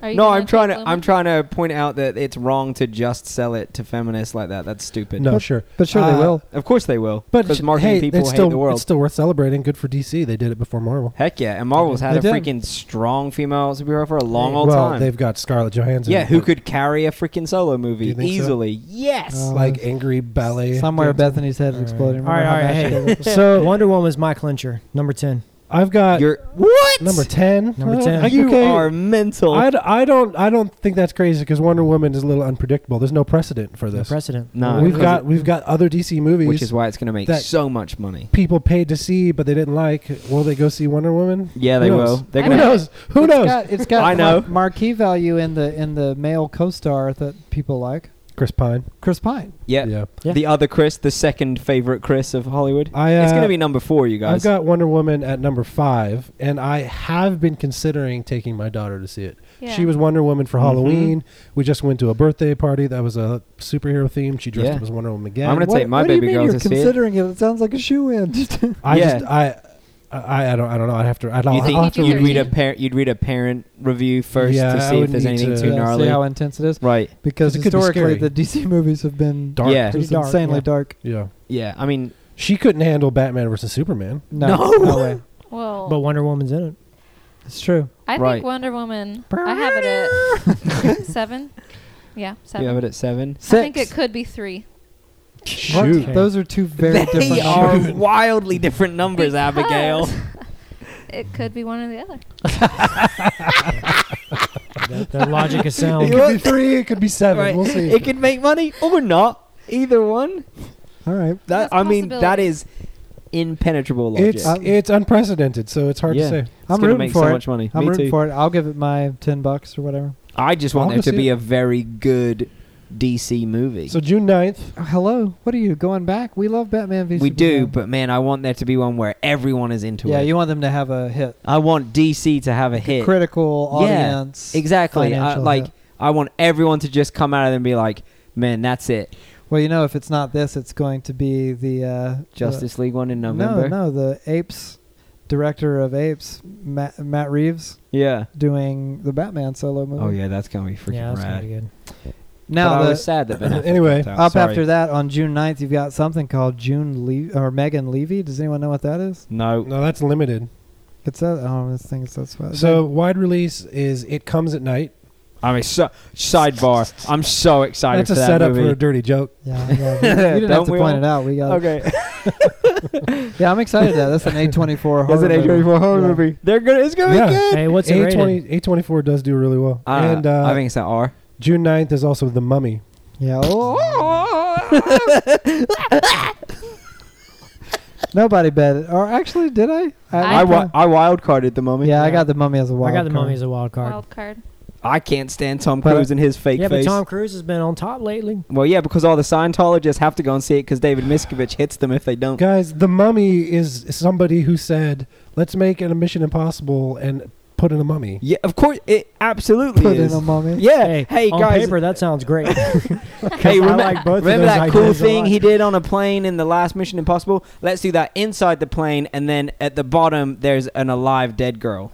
Are you
No,
gonna
I'm trying to.
include
I'm
women?
trying to point out that it's wrong to just sell it to feminists like that. That's stupid.
No, sure.
But sure
Uh,
they will.
Of course they will,
But
because
sh-
marketing
hey,
people
it's
hate
still,
the world.
It's still worth celebrating. Good for DC. They did it before Marvel.
Heck yeah, and Marvel's had
They
a
did.
freaking strong female superhero for a long old
well,
time.
they've got Scarlett Johansson.
Yeah, who
but,
could carry a freaking solo movie
you think so? Uh,
easily? Yes.
Oh.
like angry ballet?
Somewhere
dancer.
Bethany's head is
All right.
exploding.
All right, all right. Hey,
So
Wonder Woman is my clincher, number ten.
I've got
You're what?
Number ten.
Number
Uh,
10.
I-
You
okay.
are mental.
I, d- I don't I don't think that's crazy because Wonder Woman is a little unpredictable. There's no precedent for
No
this.
precedent.
no,
we've
because-
got we've got other DC movies
which is why it's going to make
that-
so much money.
people paid to see but they didn't like. Will they go see Wonder Woman?
Yeah,
Who
they
knows?
will. They're
I
Who
know.
going.
knows? Who knows?
It's got, it's got
I know.
mar- marquee value in the in the male co-star that people like.
Chris Pine.
Chris Pine.
Yeah.
Yeah.
Yeah.
the other Chris, the second favorite Chris of Hollywood.
I, uh,
it's going to be number four, you
I've
guys.
got Wonder Woman at number five, and I have been considering taking my daughter to see it.
Yeah.
She was Wonder Woman for
Mhm.
Halloween. We just went to a birthday party that was a superhero theme. She dressed
Yeah.
up as Wonder Woman again.
I'm gonna
What-
take my
what do
baby
you mean
girl
you're
to see it.
considering it? It sounds like a shoe in.
I
Yeah.
just I, I I don't I don't know. I have to. I don't.
you
I'll have
think
to
you
you'd
do
read.
read a parent? You'd read a parent review first
Yeah,
to
I
see if
would
there's
need
anything
to- uh,
too
Yeah,
see
gnarly.
how intense it is.
right?
Because
It could be
historically,
scary.
the DC movies have been
Dark.
Yeah.
just
Pretty dark,
insanely
yeah.
dark.
Yeah.
Yeah. I mean,
She couldn't handle Batman versus Superman.
No,
No.
way.
Well,
But Wonder Woman's in it.
It's true.
I
Right.
think Wonder Woman. I have it at seven. Yeah,
you
seven.
have it at seven.
I think it
Six.
could be three.
What?
Shoot.
Those are two very
They
different.
are
numbers.
wildly different numbers, Abigail.
It could be one or the other.
That, that logic is
It
sound.
could be three. It could be seven.
Right.
We'll see.
It could make money or not. Either one.
All right.
That's
That I mean, that
possibility.
is impenetrable logic.
It's uh,
I'm-
it's unprecedented, so it's hard
Yeah.
to say.
It's
I'm
gonna
rooting
make
for
so
it.
much money.
I'm
Me
rooting
too.
for it. I'll give it my ten bucks or whatever.
I just want
I'll
there
go
to
see
be
it.
a very good DC movie.
So June 9th,
Oh, hello. What are you going back? We love Batman v
we do,
Superman.
but man, I want there to be one where everyone is into
yeah,
it.
you want them to have a hit,
I want DC to have a hit.
critical
Yeah,
audience.
exactly. I,
financial
like
hit.
I want everyone to just come out of there and be like, "Man, that's it."
Well, you know, if it's not this, it's going to be the uh,
Justice League one in
the-
November.
No, no, the Apes director of Apes, Matt, Matt Reeves,
Yeah.
doing the Batman solo movie.
Oh yeah, that's gonna be freaking
Yeah, that's
rad.
kind of good.
Now
but I
the,
was sad that Ben Affleck
Anyway,
dropped out.
up
Sorry.
after that on June 9th, you've got something called June Le- or Megan Levy. Does anyone know what that is?
No.
no, that's limited.
It's that. Oh, this thing is that's what.
So wide release is It Comes at Night.
I mean, so, sidebar. I'm so excited
That's
for
a
that
setup for
movie.
a dirty joke.
yeah, yeah, you, you didn't
Don't
have to
we
point
all?
it out. We got.
okay.
Yeah, I'm excited. That that's an A24 horror. movie.
horror
Yeah.
movie. They're good. It's gonna
Yeah.
be good.
Hey, what's it rated?
A twenty four does do really well.
Uh,
and uh,
I think it's an R.
June 9th is also The Mummy.
Yeah.
Oh.
Nobody bet it. Or actually, did I?
I
kinda-
I wild carded the mummy.
yeah, I got the mummy as a wild
I got the
card.
mummy as a wild card.
Wild card.
I can't stand Tom
But-
Cruise and his fake
yeah,
face.
but Tom Cruise has been on top lately.
well, yeah, because all the Scientologists have to go and see it because David Miskovich hits them if they don't.
Guys, The Mummy is somebody who said, "Let's make an Mission Impossible and put in a mummy."
Yeah, of course, it absolutely
Put
is.
in a mummy.
yeah, hey,
Hey, on
guys,
paper that sounds great.
hey, remember,
I like both
remember
of those
that cool
ideas a
thing
lot.
he did on a plane in the last Mission Impossible? Let's do that inside the plane, and then at the bottom there's an alive dead girl.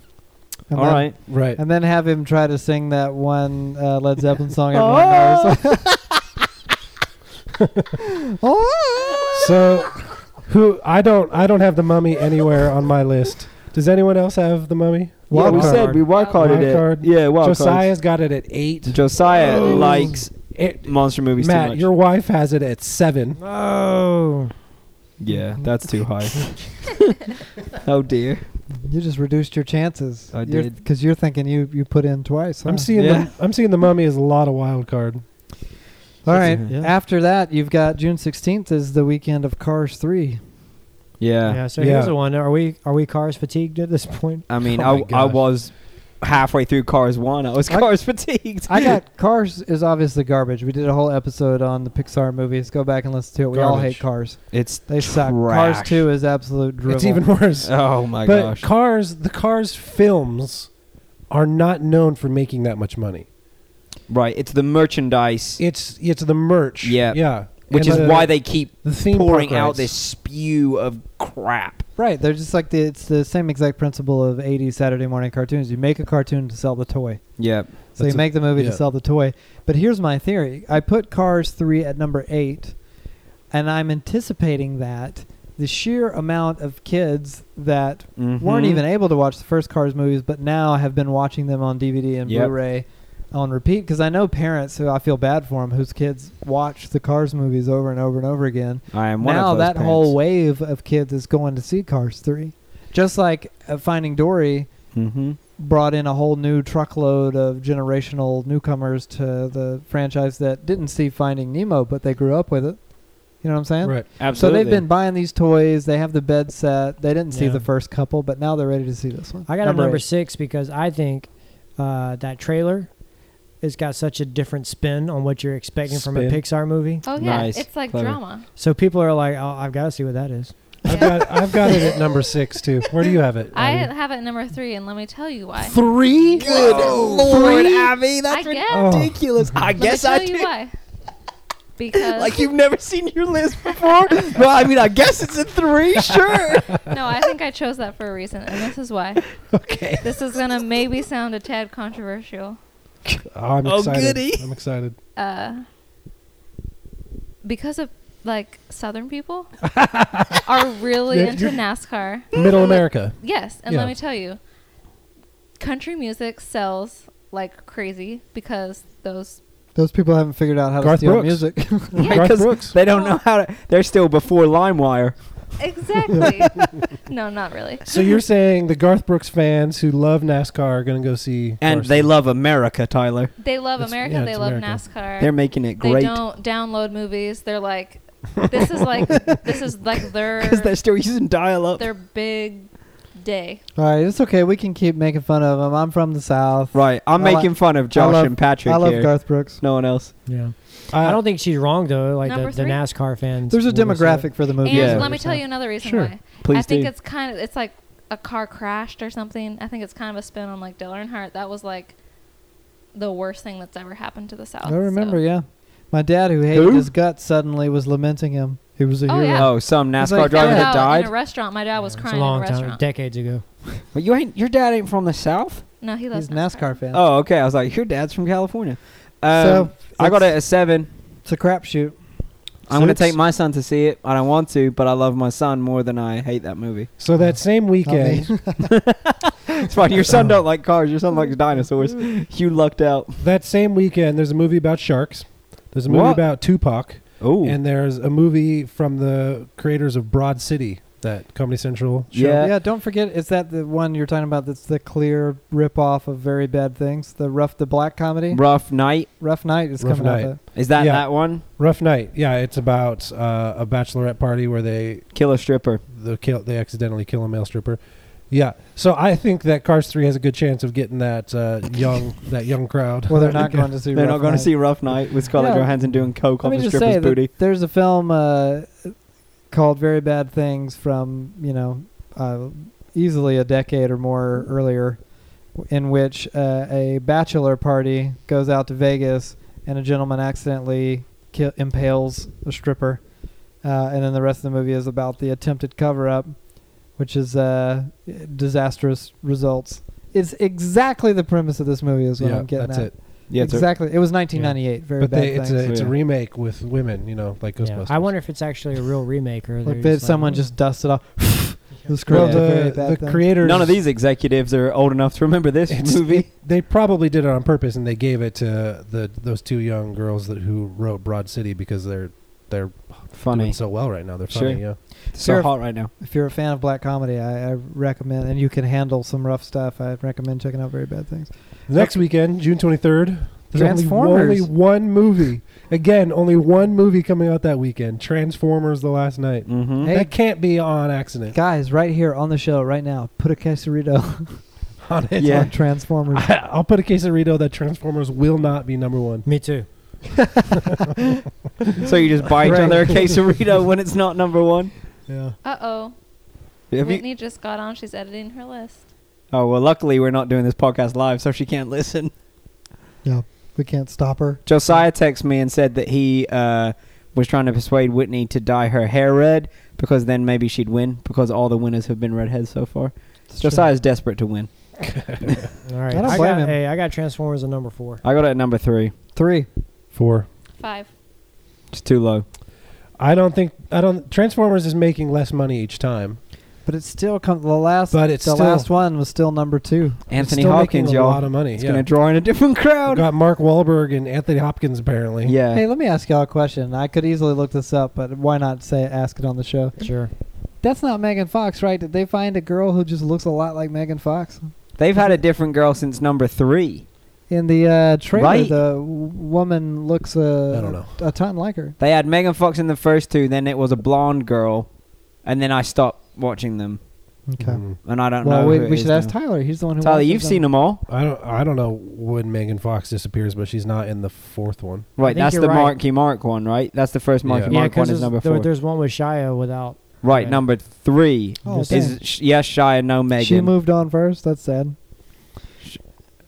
And
all
then,
right,
Right.
And then have him try to sing that one uh, Led Zeppelin song everyone knows. Oh!
So, who I don't I don't have The Mummy anywhere on my list. Does anyone else have The Mummy?
Yeah,
we
wild
said
card.
we wild carded
Wild
it.
card.
Yeah, wild
Josiah's got it at eight.
cards. Josiah
Oh.
likes
It-
monster movies too
Matt,
much.
your wife has it at seven.
no.
yeah, that's too high. oh dear.
you just reduced your chances.
I did.
Because you're thinking you, you put in twice.
I'm
huh?
seeing
Yeah.
the I'm seeing the mummy is a lot of wild card.
All right.
Yeah.
After that, you've got June 16th is the weekend of Cars 3.
Yeah.
Yeah, so
Yeah.
here's the one. Are we are we cars fatigued at this point?
I mean,
Oh my
I, I
gosh.
was halfway through Cars 1. I was
I-
Cars fatigued.
I got Cars is obviously garbage. We did a whole episode on the Pixar movies. Go back and listen to it. We all
Garbage.
hate Cars.
It's
They suck. Cars
Trash.
2 is absolute drivel.
It's even worse.
Oh my
but
gosh.
Cars, the Cars films are not known for making that much money.
right, it's the merchandise,
It's it's the merch.
Yeah.
yeah.
which
And
is
the-
why they keep
the theme
pouring
park
out
rides.
this spew of crap.
Right. They're just like the it's the same exact principle of 80s Saturday morning cartoons. You make a cartoon to sell the toy.
Yeah.
So you
That's a-
make the movie
yeah.
to sell the toy. But here's my theory. I put Cars 3 at number 8 and I'm anticipating that the sheer amount of kids that
Mm-hmm.
weren't even able to watch the first Cars movies, but now have been watching them on DVD and
Yep.
Blu-ray on repeat. Because I know parents who I feel bad for them, whose kids watch the Cars movies over and over and over again.
I am one
now
of those
that
parents.
whole wave of kids is going to see Cars three, just like uh, Finding Dory.
Mm-hmm.
brought in a whole new truckload of generational newcomers to the franchise that didn't see Finding Nemo, but they grew up with it. You know what I'm saying?
Right.
So
Absolutely.
they've been buying these toys. They have the bed set. They didn't see
Yeah.
the first couple, but now they're ready to see this one.
I got a number
eight.
six because I think uh, that trailer has got such a different spin on what you're expecting from a
Spin.
Pixar movie.
Oh yeah,
Nice.
it's like
Clever.
drama.
So people are like, oh, I've got to see what that is.
I've
Yeah.
got I've got it at number six too. Where do you have it?
I
Abby?
have it number three, and let me tell you why.
three.
Good Lord, Abby, that's
I guess.
ridiculous. I
Let
guess
me tell
I
you
do.
why. Because
Like you've never seen your list before. well, I mean, I guess it's a three. Sure.
no, I think I chose that for a reason, and this is why.
okay.
This is gonna maybe sound a tad controversial,
Oh, I'm
Oh,
excited.
goody.
I'm excited.
uh, because of like Southern people are really
Yeah,
into
you're-
NASCAR.
Middle America.
Yes, and
Yeah.
let me tell you, country music sells like crazy because those
Those people haven't figured out how
Garth
to steal
Brooks.
music.
Garth
Because
Brooks.
They don't know how to. They're still before LimeWire.
exactly. no, not really.
So you're saying the Garth Brooks fans who love NASCAR are going to go see
And
Garth
they
Brooks.
love America, Tyler.
They love
It's-
America.
yeah,
they
it's
love
America.
NASCAR.
They're making it
they
great
don't download movies. They're like, this is like this is like their
because they're still using dial-up.
their big day.
All right, it's okay. We can keep making fun of them. I'm from the South.
Right. I'm
I li-
making fun of Josh
love-
and Patrick
I love
here.
Garth Brooks.
No one else.
Yeah.
Uh,
I don't think she's wrong though. Like the,
Number
the
three?
NASCAR fans.
There's a
will see it.
demographic for the movie.
And
Yeah.
let me tell you another reason
Oh, Sure.
why.
Please
I think
do.
it's kind of it's like a car crashed or something. I think it's kind of a spin on like Dale Earnhardt. That was like the worst thing that's ever happened to the South.
I remember,
so.
yeah. My dad, who hated
Who?
his guts, suddenly was lamenting him. He was a
Oh,
hero.
yeah.
Oh, some
It's
NASCAR
like-
Found
driver that
out
died.
in a restaurant. My dad was
It's
crying
a long
in a
time,
restaurant.
decades ago.
Well, you ain't. Your dad ain't from the South.
no, he loves
He's a NASCAR fan.
Oh, okay. I was like, your dad's from California. Um,
So,
I got it
it's-
a seven.
It's a crapshoot.
I'm gonna
Six.
take my son to see it. I don't want to, but I love my son more than I hate that movie.
So that same weekend,
It's fine. Your
Oh.
son don't like cars. Your son likes dinosaurs. You lucked out.
that same weekend, there's a movie about sharks. There's a movie
What?
about Tupac,
Oh,
and there's a movie from the creators of Broad City, that Comedy Central. show.
Yeah.
Yeah, don't forget, is that the one you're talking about that's the clear ripoff of Very Bad Things? The Rough the Black comedy?
rough night.
Rough Night is
Rough
coming out.
Night.
there.
Is that
Yeah.
that one?
Rough Night. Yeah, it's about uh, a bachelorette party where they
Kill a stripper.
the kill they accidentally kill a male stripper. Yeah, so I think that Cars Three has a good chance of getting that uh, young that young crowd.
Well, they're not going to see
They're not
Rough
going to
Night.
see Rough Night with Scarlett
Yeah.
Johansson doing coke
Let
off
me
a
just say that
stripper's booty.
there's a film uh, called Very Bad Things from you know uh, easily a decade or more earlier, in which uh, a bachelor party goes out to Vegas and a gentleman accidentally ki- impales a stripper, uh, and then the rest of the movie is about the attempted cover up, which is uh, disastrous results. It's exactly the premise of this movie is what
yeah,
I'm getting
that's
at.
it.
yeah, it's a-
exactly. It was 1998. Very
But
bad
they, it's
things.
a it's a
Yeah.
remake with women, you know, like
Yeah.
Ghostbusters.
I wonder if it's actually a real remake or
Like "Oh."
they're
they,
like,
someone just dusted off. the script.
Well,
Very
the,
bad
the
thing.
creators
None of these executives are old enough to remember this
It's-
movie.
they probably did it on purpose and they gave it to the those two young girls that who wrote Broad City because they're they're doing
Funny.
so well right now. They're
Sure.
funny, yeah.
So
Sure.
hot right now.
If you're a fan of black comedy, I, I recommend, and you can handle some rough stuff. I recommend checking out Very Bad Things.
Next weekend, June 23rd, there's only,
Transformers.
only one movie. Again, only one movie coming out that weekend. Transformers the last night.
Mm-hmm.
Hey.
That can't be on accident.
Guys, right here on the show, right now, put a quesarito
On it.
Yeah.
on Transformers.
I, I'll put a quesarito that Transformers will not be number one.
Me too.
So you just buy each
Right.
other a quesarito when it's not number one.
Yeah.
Uh oh,
Have you-
Whitney just got on. She's editing her list.
Oh well, luckily we're not doing this podcast live, so she can't listen.
we can't stop her.
Josiah texted me and said that he uh, was trying to persuade Whitney to dye her hair red because then maybe she'd win because all the winners have been redheads so far. Josiah's desperate to win.
All right.
I don't blame
got,
him.
Hey, I got Transformers at number four.
I got it at number three.
Three.
Four.
Five.
It's too low.
I don't think I don't Transformers is making less money each time.
But it's still come. The last.
But it's
the
still-
last one was still number two.
It's
Anthony
still
Hopkins,
making a lot
y'all.
of money.
It's
yeah.
gonna draw in a different
We've
crowd.
got Mark Wahlberg and Anthony Hopkins apparently.
Yeah.
Hey, let me ask y'all a question. I could easily look this up, but why not say ask it on the show?
Sure.
That's not Megan Fox, right? Did they find a girl who just looks a lot like Megan Fox?
They've had a different girl since number three.
In the uh, trailer,
Right.
the w- woman looks
I
uh,
don't know.
a ton like her.
They had Megan Fox in the first two, then it was a blonde girl, and then I stopped watching them,
Okay.
Mm.
and I don't
Well,
know.
we,
who it
we
is
should ask
now.
Tyler. He's the one who.
Tyler,
watches
you've seen them all,
I don't. I don't know when Megan Fox disappears, but she's not in the fourth one.
right?
think
That's
you're
the
right.
Marky Mark one, right? That's the first Marky
Yeah.
Yeah,
Mark one
because
is number four,
there's one with Shia without.
right?
right.
Number three
Oh,
is sh- yes, Shia, no Megan.
She moved on first. That's sad.
Shia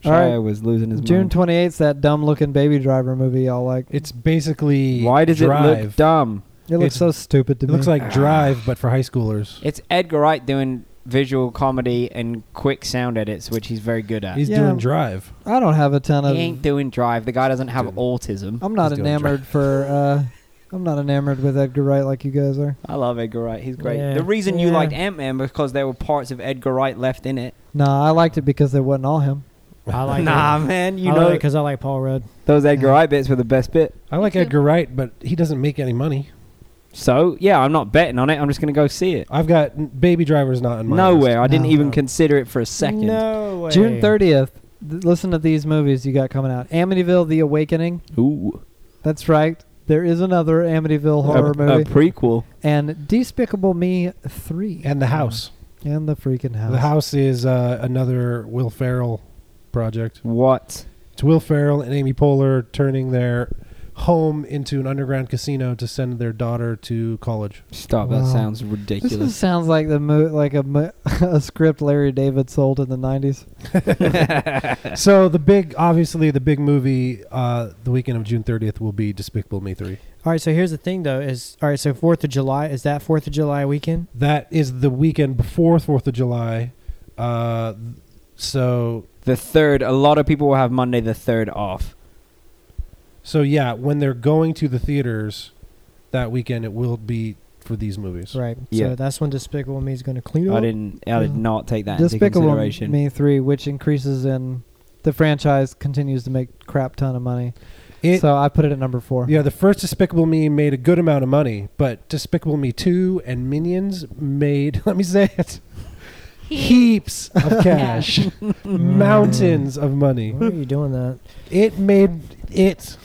all right.
was losing his
June
mind.
twenty eighth, that dumb looking baby driver movie. Y'all like? It,
It's basically
Why does
Drive.
it look dumb?
looks
it's-
so stupid to
It
me.
looks like Drive, but for high schoolers.
It's Edgar Wright doing visual comedy and quick sound edits, which he's very good at.
He's
Yeah.
doing Drive.
I don't have a ton of. Oh.
he ain't doing Drive. The guy doesn't have
Dude.
autism.
I'm not
He's doing
enamored for. Uh, I'm not enamored with Edgar Wright like you guys are.
I love Edgar Wright. He's great.
Yeah.
The reason you
Yeah.
liked Ant Man because there were parts of Edgar Wright left in it.
Nah, I liked it because it wasn't all him.
I like
nah, man.
You
You
I
know
know because I like Paul Rudd.
those Edgar Wright bits were the best bit.
I like
too.
Edgar Wright, but he doesn't make any money.
So yeah, I'm not betting on it. I'm just gonna go see it.
I've got n- Baby Driver's not in my
Nowhere. I didn't
No.
even consider it for a second.
No way.
June thirtieth. Th- listen to these movies you got coming out. Amityville: The Awakening.
Ooh,
That's right. There is another Amityville
a,
horror
a
movie.
prequel.
and Despicable Me 3.
List. And the house.
And the freaking house.
The house is uh, another Will Ferrell project.
What?
It's Will Ferrell and Amy Poehler turning their home into an underground casino to send their daughter to college.
Stop. That
Wow.
sounds
This
ridiculous.
just sounds like the mo- like a, mo- a script Larry David sold in the 90s.
so the big, obviously, the big movie uh, the weekend of June 30th will be Despicable Me 3.
All right, so here's the thing though: is all right. So Fourth of July is that Fourth of July weekend?
That is the weekend before 4th of July. Uh, th- so
the third. A lot of people will have Monday the third off.
So yeah, when they're going to the theaters that weekend, it will be for these movies.
Right.
Yeah.
So that's when Despicable Me is going to clean up.
I didn't. I did
Yeah.
not take that into
Despicable
consideration.
Me 3, which increases in the franchise continues to make crap ton of money.
It,
so I put it at number 4.
yeah, the first Despicable Me made a good amount of money, but Despicable Me Two and Minions made let me say it heaps of cash, mountains of money.
Why are you doing that?
It made it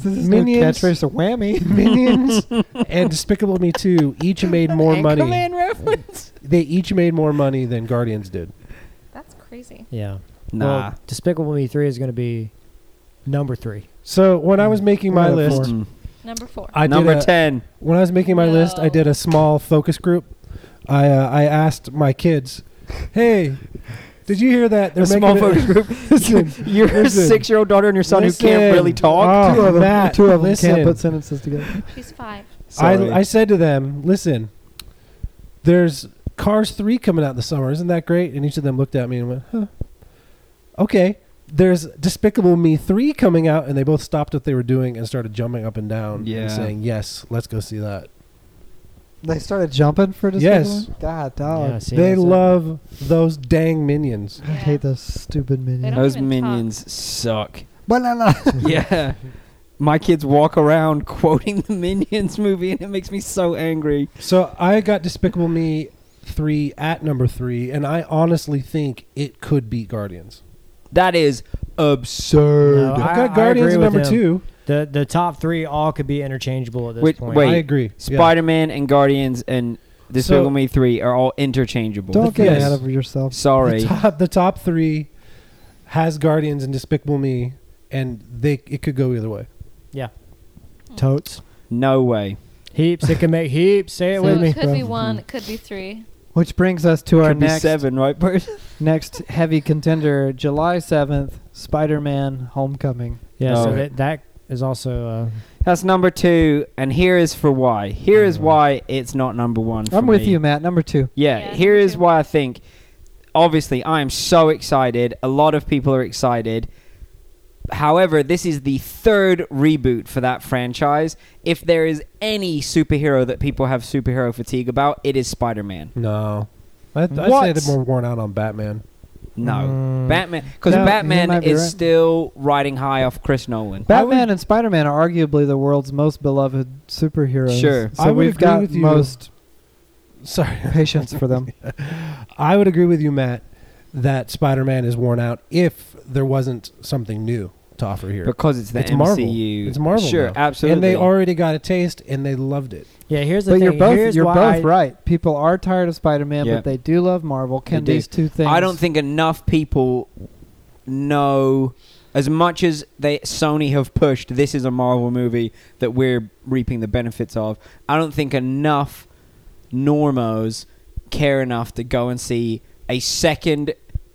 This is
Minions.
no catchphrase or whammy.
Minions and Despicable Me Two each made more money.
reference.
They each made more money than Guardians did.
That's crazy.
Yeah.
Nah.
Well, Despicable Me three is going to be number three.
So when I was making my
Yeah,
list,
Mm.
Number four.
I did
Number
a-
ten.
When I was making my list, I
No.
did a small focus group. I uh, I asked my kids, "Hey, did you hear that?
A small focus group.
Listen,
Your
listen.
six-year-old daughter and your son who can't
Listen.
really talk.
Oh,
two of them,
Matt,
two of them
listen.
can't put sentences together.
She's five.
Sorry.
I I said to them, "Listen, there's Cars three coming out in the summer. Isn't that great?" And each of them looked at me and went, "Huh, okay." There's Despicable Me three coming out, and they both stopped what they were doing and started jumping up and down
Yeah.
and saying, "Yes, let's go see that."
They started jumping for Despicable
Yes.
Me? God, dog.
Yeah, see,
they
that's it.
love those dang minions.
I hate those stupid minions.
don't
Those
even talk.
minions suck.
Banana.
yeah. My kids walk around quoting the Minions movie, and it makes me so angry.
So I got Despicable Me three at number three, and I honestly think it could beat Guardians.
That is absurd.
No, I-
I've
I
got Guardians
agree
at number
with him.
two.
The the top three all could be interchangeable at this
Wait-
point.
wait.
I agree. Yeah.
Spider-Man and Guardians and Despicable
So-
Me Three are all interchangeable.
Don't get
Yes.
ahead of yourself.
Sorry.
The top, the top three has Guardians and Despicable Me, and they it could go either way.
Totes.
No way.
Heaps. It can make heaps. Say it
So
with me.
it could be one. It could be three.
Which brings us to our
Could be
next
seven, right, person?
next heavy contender, July seventh, Spider-Man: Homecoming.
Yeah.
Oh.
So that, that is also. Uh,
That's number two, and here is for why. Here is
Mhm.
why it's not number one. For
Mm. I'm with
me.
you, Matt. Number two.
Yeah,
Yeah,
here
me
is
too.
why I think. Obviously, I am so excited. A lot of people are excited. However, this is the third reboot for that franchise. If there is any superhero that people have superhero fatigue about, it is Spider Man.
No, I, I'd say
What?
they're more worn out on Batman.
No.
Mm.
Batman. Because
No, you might
Batman
be
is
right.
still riding high off Chris Nolan.
Batman and Spider-Man are arguably the world's most beloved superheroes.
Sure.
So
I would
we've
agree
got
with you.
most
Sorry,
patience for them.
I would agree with you, Matt. that Spider-Man is worn out if there wasn't something new to offer here.
because it's the
It's
MCU.
Marvel. It's Marvel
Sure,
now.
absolutely.
and they already got a taste and they loved it.
Yeah, here's the
But
thing.
you're both
here's
you're
why
both
I-
right. People are tired of Spider-Man,
Yeah.
but they do love Marvel. Can
do.
these two things?
I don't think enough people know as much as they Sony have pushed this is a Marvel movie that we're reaping the benefits of. I don't think enough normos care enough to go and see a second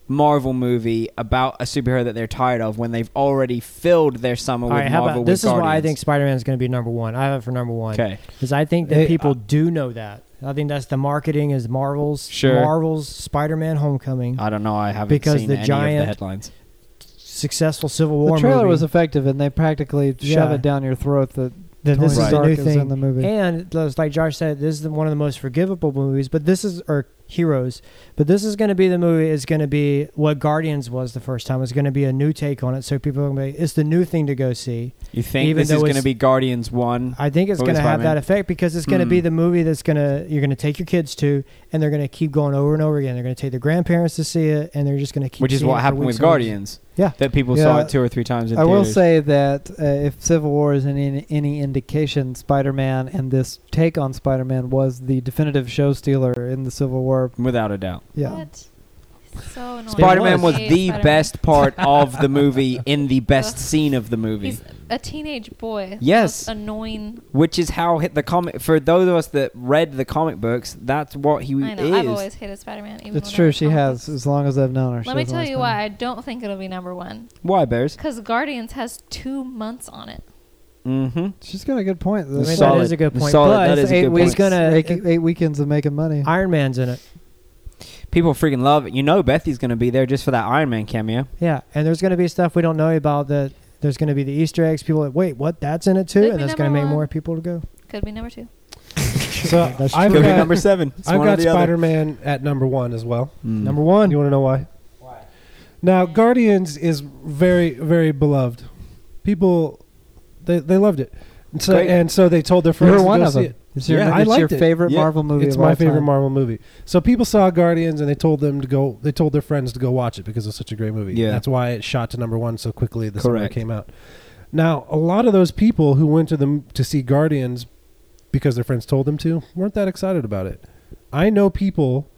Marvel movie about a superhero that they're tired of when they've already filled their summer
All
with
right, how
Marvel.
about
with
this is why I think
Guardians.
Spider Man is going to be number one. I have it for number one
Okay.
because I think that
Hey,
people
I-
uh,
do know that. I think that's the marketing is Marvel's
Sure.
Marvel's Spider Man Homecoming,
I don't know. I haven't
Because
seen
the
any of the
giant-
headlines.
successful Civil
the
War
trailer
movie.
was effective, and they practically shove
Yeah.
it down your throat that
that this
Tony
is the
Stark
new
is
thing
in the movie.
And just like Josh said, this is the- one of the most forgivable movies, but this is or heroes, but this is going to be the movie. It's going to be what Guardians was the first time. It's going to be a new take on it, so people are going to be. It's the new thing to go see.
You think
Even
this
though
is going to
it's-
be Guardians one?
I think it's
What was
going to have
Spider-Man?
that effect because it's going to be
Mm.
the movie that's going to you're going to take your kids to, and they're going to keep going over and over again. They're going to take their grandparents to see it, and they're just going to keep.
which is
seeing it
what
for
happened with
weeks and weeks.
Guardians.
Yeah.
that people
Yeah.
saw it two or three times. In
I will
theaters.
say that uh, if Civil War is any any indication, Spider-Man and this take on Spider-Man was the definitive show stealer in the Civil War.
without a doubt,
Yeah.
What? So annoying.
Spider Man
I
was
hate
the
Spider-Man.
best part of the movie in the best
Ugh.
scene of the movie,
He's a teenage boy. That's
Yes.
Annoying.
which is how hit the comic. For those of us that read the comic books, that's what he
I know.
is.
I've always hated Spider Man.
It's true. She has, as long as I've known her.
Let
she
me
doesn't
tell
like
you why I don't think it'll be number one.
Why bears?
Because Guardians has two months on it.
Mm-hmm.
Spider-Man. She's got a good point.
I mean,
That's-
that is a good point.
Solid.
but
That is a
eight
good
weeks.
point.
it's gonna-
eight, eight weekends of making money.
Iron Man's in it.
People freaking love it. You know, Bethy's going to be there just for that Iron Man cameo.
Yeah, and there's going to be stuff we don't know about that. There's going to be the Easter eggs. People like, wait, what? That's in it too,
Could
and
be
that's going to
number
make more
one.
people to go.
Could be number two.
So
That's
I've
Could be
got,
number seven. It's
I've
one or
got
the other.
Spider-Man at number one as well.
Mm.
Number one.
You want to know why? Why? Now, Guardians is very, very beloved. People, they, they loved it. And so,
Great.
and so they told their
You
friends
were
to go
one of
see
them.
it.
It's your,
Yeah, I
it's your
liked it.
favorite
Yeah.
Marvel movie.
It's
of
my
all
favorite
time.
Marvel movie. So people saw Guardians and they told them to go. They told their friends to go watch it because it's such a great movie.
Yeah.
that's why it shot to number one so quickly. The summer it
Correct.
came out. Now a lot of those people who went to the m- to see Guardians because their friends told them to weren't that excited about it. I know people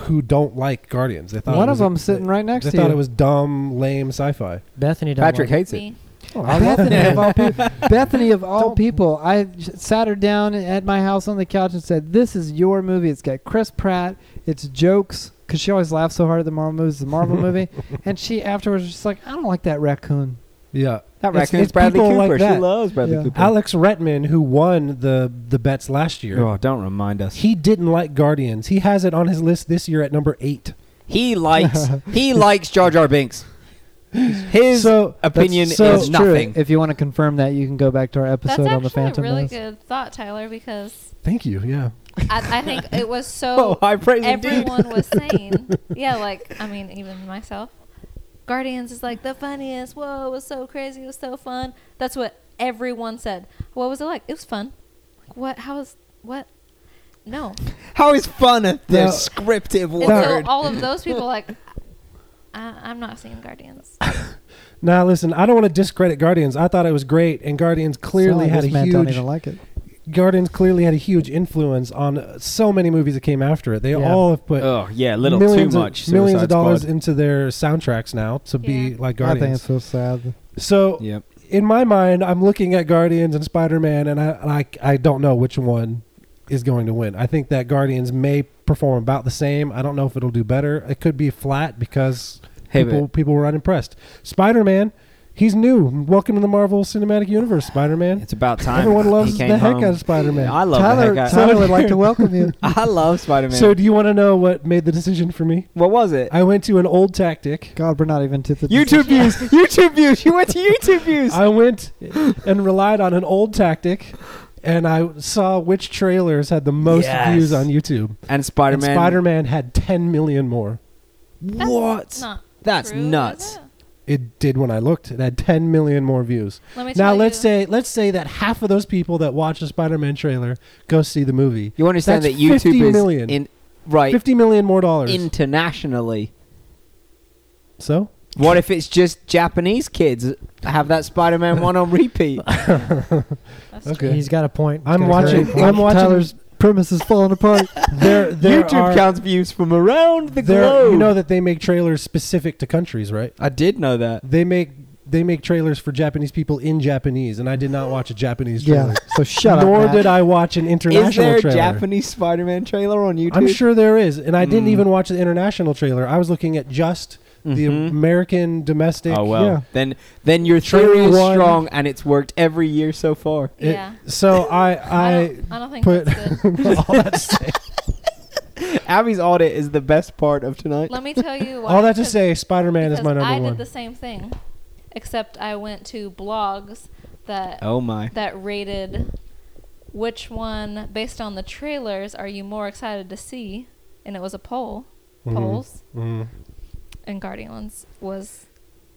who don't like Guardians. They thought
One
it
of
was
them
a,
sitting right next
They
to
thought
you.
it was dumb, lame sci-fi.
Bethany. Don't
Patrick
like
hates it.
Me.
Oh, Bethany of all people. Bethany of all
Don't-
people. I j- sat her down at my house on the couch and said, "This is your movie. It's got Chris Pratt. It's jokes." Because she always laughs so hard at the Marvel movies. The Marvel movie, and she afterwards was just like, "I don't like that raccoon."
Yeah,
That
It's-
raccoon's
it's
Bradley
people like
Cooper. she
that.
loves Bradley
Yeah.
Cooper.
Alex Retman, who won the the bets last year,
oh, don't remind us.
he didn't like Guardians. He has it on his list this year at number eight.
He likes he likes Jar Jar Binks. His
so
opinion
that's- so
is nothing.
If you want to confirm that, you can go back to our
That's
episode on the
actually a
Phantom
really
Menace.
good thought, Tyler, because
Thank you. Yeah.
I, I think it was so
Oh, high praise indeed.
everyone was saying. Yeah, like I mean, even myself. Guardians is like the funniest. Whoa, it was so crazy. It was so fun. That's what everyone said. What was it like? It was fun. Like what? How was what? No.
How is fun a
Now-
descriptive
And
word?
so all of those people like, I, I'm not seeing Guardians.
Now listen, I don't want to discredit Guardians. I thought it was great, and Guardians clearly
Sound like
had a
this man Don't
huge
even like it.
Guardians clearly had a huge influence on uh, so many movies that came after it. They
Yeah.
all have put
Oh yeah, a little too
millions
much.
of, millions
Suicide
of dollars
Squad.
into their soundtracks now to be
Yeah.
like
I think
Guardians.
it's so sad.
So
Yep.
in my mind, I'm looking at Guardians and Spider Man, and I, and I I don't know which one is going to win. I think that Guardians may perform about the same. I don't know if it'll do better. It could be flat because
Hey,
people
but-
people were unimpressed. Spider Man, he's new. Welcome to the Marvel Cinematic Universe, Spider Man.
It's about time.
Everyone
he
loves the
came
heck
home.
out of Spider Man.
I love
Tyler,
the heck out.
Tyler would like to welcome you.
I love Spider Man.
So do you want to know what made the decision for me?
what was it?
I went to an old tactic.
God, we're not even to the
YouTube views. YouTube views. You went to YouTube views.
I went and relied on an old tactic. And I saw which trailers had the most
Yes.
views on YouTube.
and Spider Man.
Spider Man had 10 million more.
That's
What?
Not
That's
true, is
nuts.
it?
It did when I looked. It had 10 million more views.
Let me
now
tell
let's
you.
say let's say that half of those people that watch the Spider Man trailer go see the movie.
You understand
That's
that YouTube
50
is
million.
in right
50 million more dollars.
internationally
So
What if it's just Japanese kids have that Spider-Man one on repeat?
That's
Okay.
true.
He's got a point.
I'm
He's got a
watching.
great point.
I'm watching.
Tyler's premise is falling apart.
there, there
YouTube
are.
counts views from around the
There,
globe.
you know that they make trailers specific to countries, right?
I did know that.
They make they make trailers for Japanese people in Japanese, and I did not watch a Japanese trailer.
yeah. So shut
Nor
up. Matt.
did I watch an international
Is there a
trailer.
Japanese Spider-Man trailer on YouTube?
I'm sure there is, and I didn't
Mm.
even watch the international trailer. I was looking at just the
Mhm.
American domestic.
Oh well,
Yeah.
then then your
Trailer
theory is
one.
strong, and it's worked every year so far.
It-
yeah.
So I I,
I, don't, I don't think
put-
that's good.
all that to say,
Abby's audit is the best part of tonight.
Let me tell you. Why,
all that to
because-
say, Spider Man is
because
my number
I
one.
did the same thing, except I went to blogs that
Oh my!
that rated which one based on the trailers are you more excited to see, and it was a poll.
Mhm.
Polls
Mm.
and Guardians was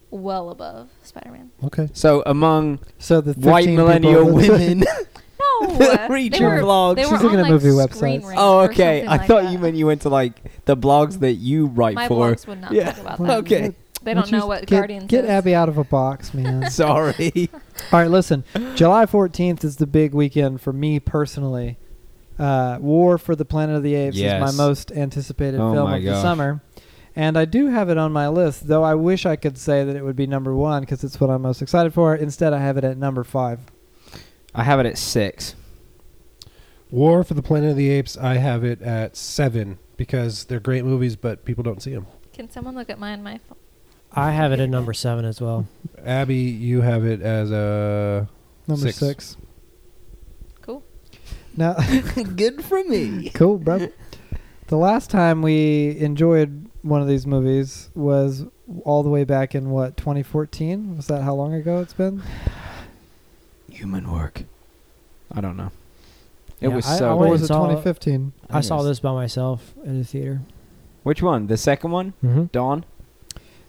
well above Spider-Man.
Okay.
So among
So the
white
13 people
millennial
that-
women,
No,
Read
they
your
were,
blog.
They
She's
were
looking
on,
at
like,
movie
Screen
websites.
Rate
oh
or
okay,
something
I
like
thought
that.
you meant you went to like the blogs that you write
My
for.
blogs would not
Yeah.
talk about that.
Okay,
They
Why
don't know
you
what
get,
Guardians
Get
is.
Abby out of a box, man.
sorry.
All right, listen. July 14th is the big weekend for me personally. Uh, War for the Planet of the Apes
Yes.
is my most anticipated
Oh
film
my
of the
gosh.
summer. And I do have it on my list, though I wish I could say that it would be number one because it's what I'm most excited for. Instead, I have it at number five.
I have it at six.
War for the Planet of the Apes. I have it at seven because they're great movies, but people don't see them.
Can someone look at mine? My phone.
I have it at number seven as well.
Abby, you have it as a
Number
Six.
six.
Cool.
Now,
Good for me.
cool, bro. The last time we enjoyed one of these movies was all the way back in what 2014? Was that how long ago it's been?
Human work. I don't know. It
Yeah,
was
I-
so.
I
Or
went
was
and
it
saw-
2015?
I saw
Yes.
this by myself in the theater.
Which one? The second one?
Mm-hmm.
Dawn.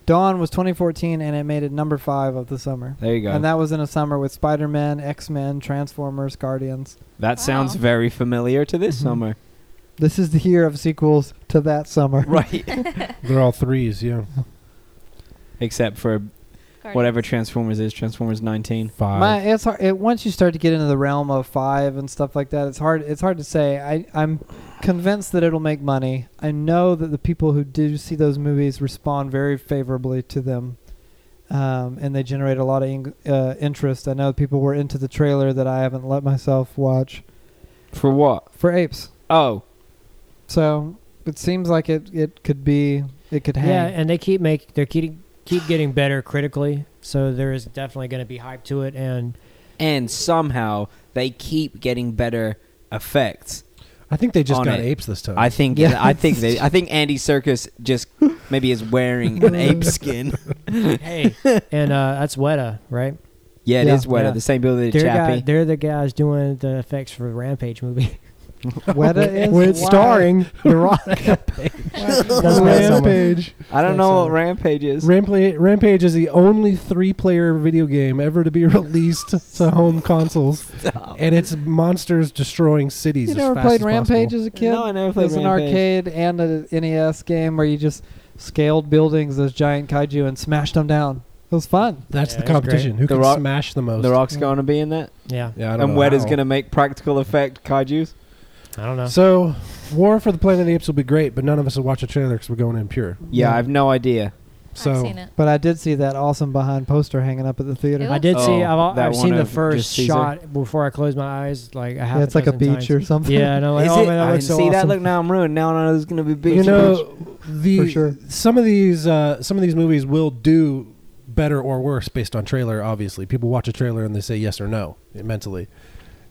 Dawn was 2014, and it made it number five of the summer.
There you go.
And
that
that was in a summer with Spider Man, X Men, Transformers, Guardians.
sounds
Wow.
very familiar to this
Mhm.
summer.
This is the year of sequels to that summer.
right.
They're all threes, yeah.
Except for
Guardians.
whatever Transformers is, Transformers 19.
Five.
My, it's hard. It, once you start to get into the realm of five and stuff like that, it's hard. It's hard to say. I, I'm convinced that it'll make money. I know that the people who do see those movies respond very favorably to them, um, and they generate a lot of ing- uh, interest. I know people were into the trailer that I haven't let myself watch
For what?
for Apes.
Oh,
So it seems like it, it could be it could hang.
Yeah, and they keep make they keep keep getting better critically, so there is definitely going to be hype to it. And
and somehow they keep getting better effects.
I think they just
On
got
it.
apes this time.
I think
Yeah.
I think they I think Andy Circus just maybe is wearing an ape skin.
hey, and uh, that's Weta, right?
Yeah, it is
Yeah.
Weta,
Yeah.
the same builder that
They're, guy,
Chappie.
they're the guys doing the effects for the Rampage movie.
Weta is
With
Wow.
starring The Rock. That's what it's on.
Rampage.
I don't
Yeah,
know what
so-
Rampage is.
Rampla- Rampage is the only three-player video game ever to be released to home consoles,
Stop.
and it's monsters destroying cities.
You
as
never
fast
played
as
Rampage
possible.
as a kid?
No, I never
It
played
was an
Rampage.
arcade and an NES game where you just scaled buildings as giant kaiju and smashed them down. It was fun.
Yeah,
That's the
it's great.
competition. Who
The
can
Rock-
smash the most?
The Rock's
Yeah.
going to be in that,
Yeah,
Yeah, I don't
and
know
Weta's
how.
going to make practical effect kaiju's.
I don't
Uh-huh.
know.
So, War for the Planet of the Apes will be great, but none of us will watch a trailer because we're going in pure.
Yeah,
Yeah.
I have no idea.
So,
I've seen it.
But I did see that awesome behind poster hanging up at the theater.
It
I did see.
Oh,
I've, al-
that
I've
one
seen the
of
first
just Caesar.
shot before I closed my eyes. Like I have.
Yeah, it's like a
dozen
beach
times.
or something.
Yeah, and I'm like,
Is
oh
it?
man,
I
that
didn't
looks
see
so
that.
awesome.
Look now, I'm ruined. Now I know there's going to be big.
you know, the
For sure.
some of these uh, some of these movies will do better or worse based on trailer. Obviously, people watch a trailer and they say yes or no eh, mentally.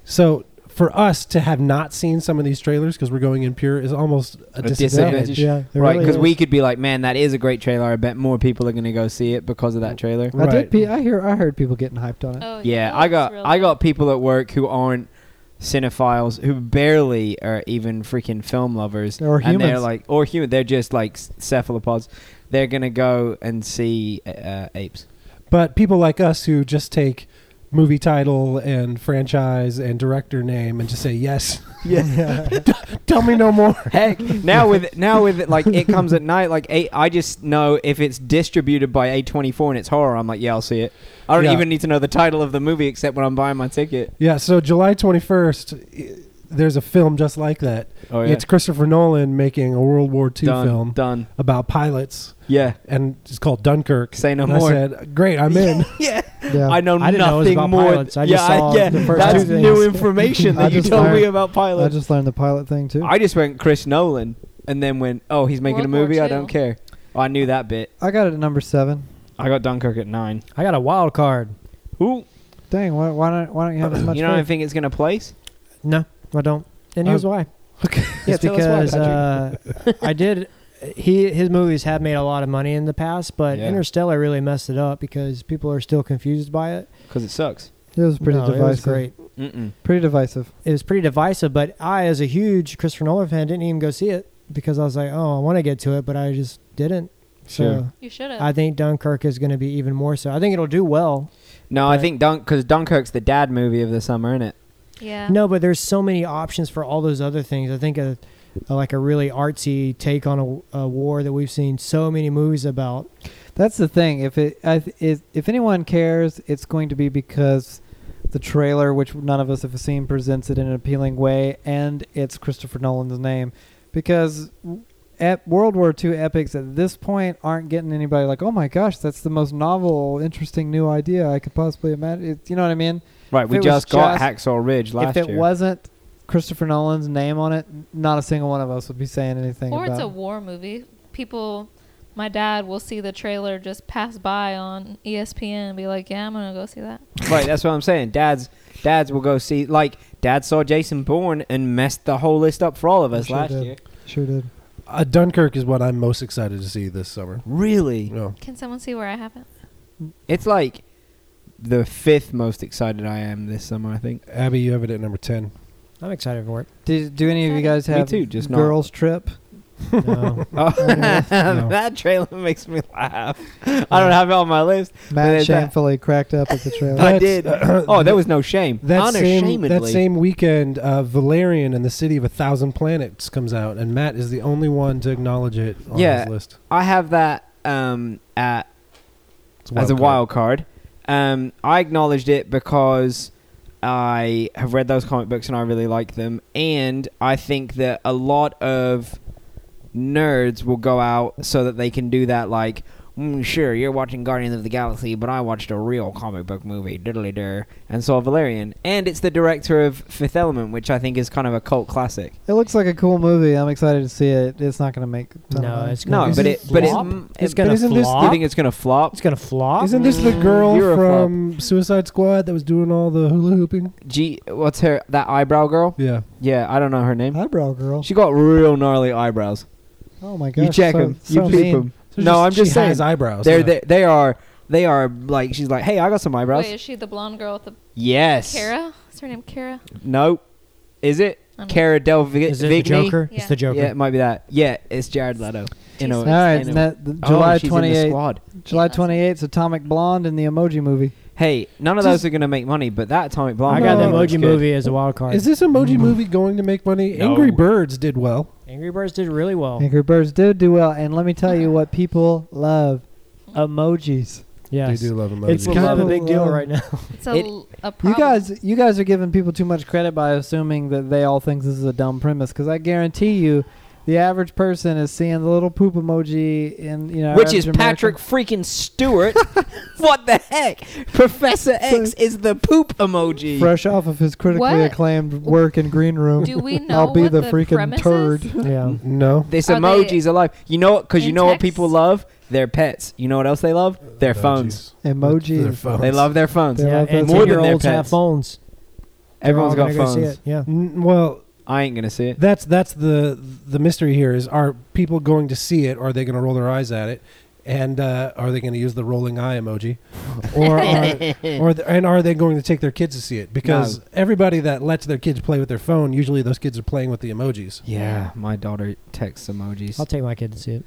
So, for us to have not seen some of these trailers because we're going in pure is almost a,
A
disadvantage.
disadvantage.
Yeah, it
right?
really
Because
is.
we could be like, man, that is a great trailer. I bet more people are going to go see it because of that trailer.
I
Right.
did. Pe- I hear. I heard people getting hyped on it.
Oh yeah.
Yeah,
that
I
looks
got
real
I
good.
got people at work who aren't cinephiles who barely are even freaking film lovers
Or
and they're
humans.
like or human they're just like s- cephalopods they're gonna go and see uh, apes
But people like us who just take movie title and franchise and director name and just say yes.
Yeah.
Tell me no more.
Heck, now with now with like it comes at night. Like eight, I just know if it's distributed by A twenty four and it's horror, I'm like, yeah, I'll see it. I don't
Yeah.
even need to know the title of the movie except when I'm buying my ticket.
Yeah, so July 21st, i- there's a film just like that.
Oh yeah,
It's Christopher Nolan making a World War II
done.
film
Done.
about pilots,
Yeah.
and it's called Dunkirk.
Say no
and
more.
I said, great, I'm in.
yeah.
Yeah.
I know
I didn't know it was
nothing
about
more.
pilots. I
yeah,
just saw
yeah,
the first
that's
two things.
new information
I
that you
just
told me
learned-
about
I
pilots.
just learned the pilot thing too.
I just went Chris Nolan and then went, oh, he's making a
World War
movie. I
Two.
don't care. Oh, I knew that bit.
I got it at number seven.
I got Dunkirk at nine.
I got a wild card.
Ooh,
Dang, why, why don't why don't you have as
you
much?
know I
faith?
think it's gonna place.
No, I don't. And
Oh.
here's why.
Yeah,
It's
tell us why,
Um, because uh, I did. He his movies have made a lot of money in the past, but
Yeah.
Interstellar really messed it up because people are still confused by it.
Because it sucks.
it was pretty
No,
divisive.
It was great.
Mm-mm.
Pretty divisive.
It was pretty divisive, but I, as a huge Christopher Nolan fan, didn't even go see it because I was like, oh, I want to get to it, but I just didn't. So
You should
I
have.
think Dunkirk is going to be even more so. I think it'll do well.
No, I
But-
think Dunk because Dunkirk's the dad movie of the summer, isn't it?
Yeah.
No, but there's so many options for all those other things. I think a, a like a really artsy take on a, a war that we've seen so many movies about.
That's the thing. If it I th- is, if anyone cares, it's going to be because the trailer, which none of us have seen, presents it in an appealing way, and it's Christopher Nolan's name. Because ep- World War II epics at this point aren't getting anybody like, oh my gosh, that's the most novel, interesting new idea I could possibly imagine. It, you know what I mean?
Right.
If
We
it was
just got
just-
Hacksaw Ridge last
if it
year.
wasn't Christopher Nolan's name on it, n- not a single one of us would be saying anything
Or
about.
it's a
it.
war movie. People, my dad will see the trailer just pass by on E ESPN and be like, "Yeah, I'm gonna go see that."
right. That's what I'm saying. Dads, dads will go see. Like dad saw Jason Bourne and messed the whole list up for all of us
Sure
last
did.
year.
sure did.
Uh, Dunkirk is what I'm most excited to see this summer. Oh.
Really?
No.
Can someone see where I haven't?
It's like the fifth most excited I am this summer. I think.
Abby, you have it at number 10.
I'm excited for it.
Did, do any of you guys
Me
have
too, just not-
girls trip?
No.
Oh,
No. Uh,
that trailer makes me laugh. I don't have it on my list.
Matt
Is that-
shamefully cracked up at the trailer.
I
That's- uh,
did. oh, there was no shame.
That same,
Unashamedly.
that same weekend, uh, Valerian and the City of a Thousand Planets comes out, and Matt is the only one to acknowledge it on
Yeah.
his list.
I have that um, at
It's
as a
card.
wild card. Um, I acknowledged it because I have read those comic books and I really like them, and I think that a lot of nerds will go out so that they can do that. Like, mm, sure, you're watching Guardians of the Galaxy, but I watched a real comic book movie, diddly der, and saw Valerian, and it's the director of Fifth Element, which I think is kind of a cult classic.
It looks like a cool movie. I'm excited to see it. It's not going to make. a ton of
No,
money.
it's gonna
No,
flop.
but it, but it's,
Flop?
mm,
It's
it-
gonna
but isn't this-
flop?
You think it's gonna flop?
it's gonna flop.
Isn't this the
Mm,
girl
you're a flop.
from Suicide Squad that was doing all the hula hooping?
G, what's her that eyebrow girl?
Yeah.
Yeah, I don't know her name.
eyebrow girl.
She got real gnarly eyebrows.
oh my gosh!
you check
so-
them.
so
you peep
mean.
them. No, I'm just
she
saying.
Has eyebrows.
They're,
yeah.
they they are they are like she's like, hey, I got some eyebrows.
Wait, is she the blonde girl with the
Yes.
Kara? Is her name Kara?
No. Is it
I don't know.
Cara Delvig?
Is it the Joker?
Yeah.
It's the Joker.
Yeah, it might be that. Yeah, it's Jared Leto. You know,
All
All
right,
in a-
and that, the,
Oh,
July
she's in the
twenty eighth.
squad.
July
Yeah, that's-
twenty eighth. Atomic Blonde and the Emoji Movie.
Hey, none of those are gonna make money, but that Atomic Blonde.
I got the
one
No.
emoji
looks good.
movie as a wild card.
Is this
Mm.
emoji movie going to make money?
No.
Angry Birds did well.
Angry Birds did really well.
Angry Birds did do well, and let me tell you what people love: emojis.
Yes.
They do love emojis.
It's
People
kind of a
love it.
big deal right now.
It's a,
It-
l- a
You
problem.
guys, you guys are giving people too much credit by assuming that they all think this is a dumb premise. Because I guarantee you, the average person is seeing the little poop emoji in you know,
Which is
average
Patrick
American-
freaking Stewart. what the heck? Professor X is the poop emoji.
fresh off of his critically
What?
acclaimed work in Green Room.
do we know
I'll be
what
the
the,
freaking
premise
turd.
Is?
yeah.
No.
This
Are they
emoji's alive. You know what? Because you
in
know what
text?
people love? Their pets. You know what else they love? Their
Oh,
phones.
Emoji.
Their phones.
They love their phones.
Yeah,
yeah.
that's
And
more than their
more olds have
pets.
phones. They're
Everyone's
all
got
gonna go see
phones.
it, Yeah.
N- well,
I ain't gonna see it.
that's that's the the mystery here is are people going to see it or are they going to roll their eyes at it? And uh, are they going to use the rolling eye emoji, or are, or th- and are they going to take their kids to see it? Because everybody that lets their kids play with their phone, usually those kids are playing with the emojis.
Yeah, my daughter texts emojis.
I'll take my kid to see it.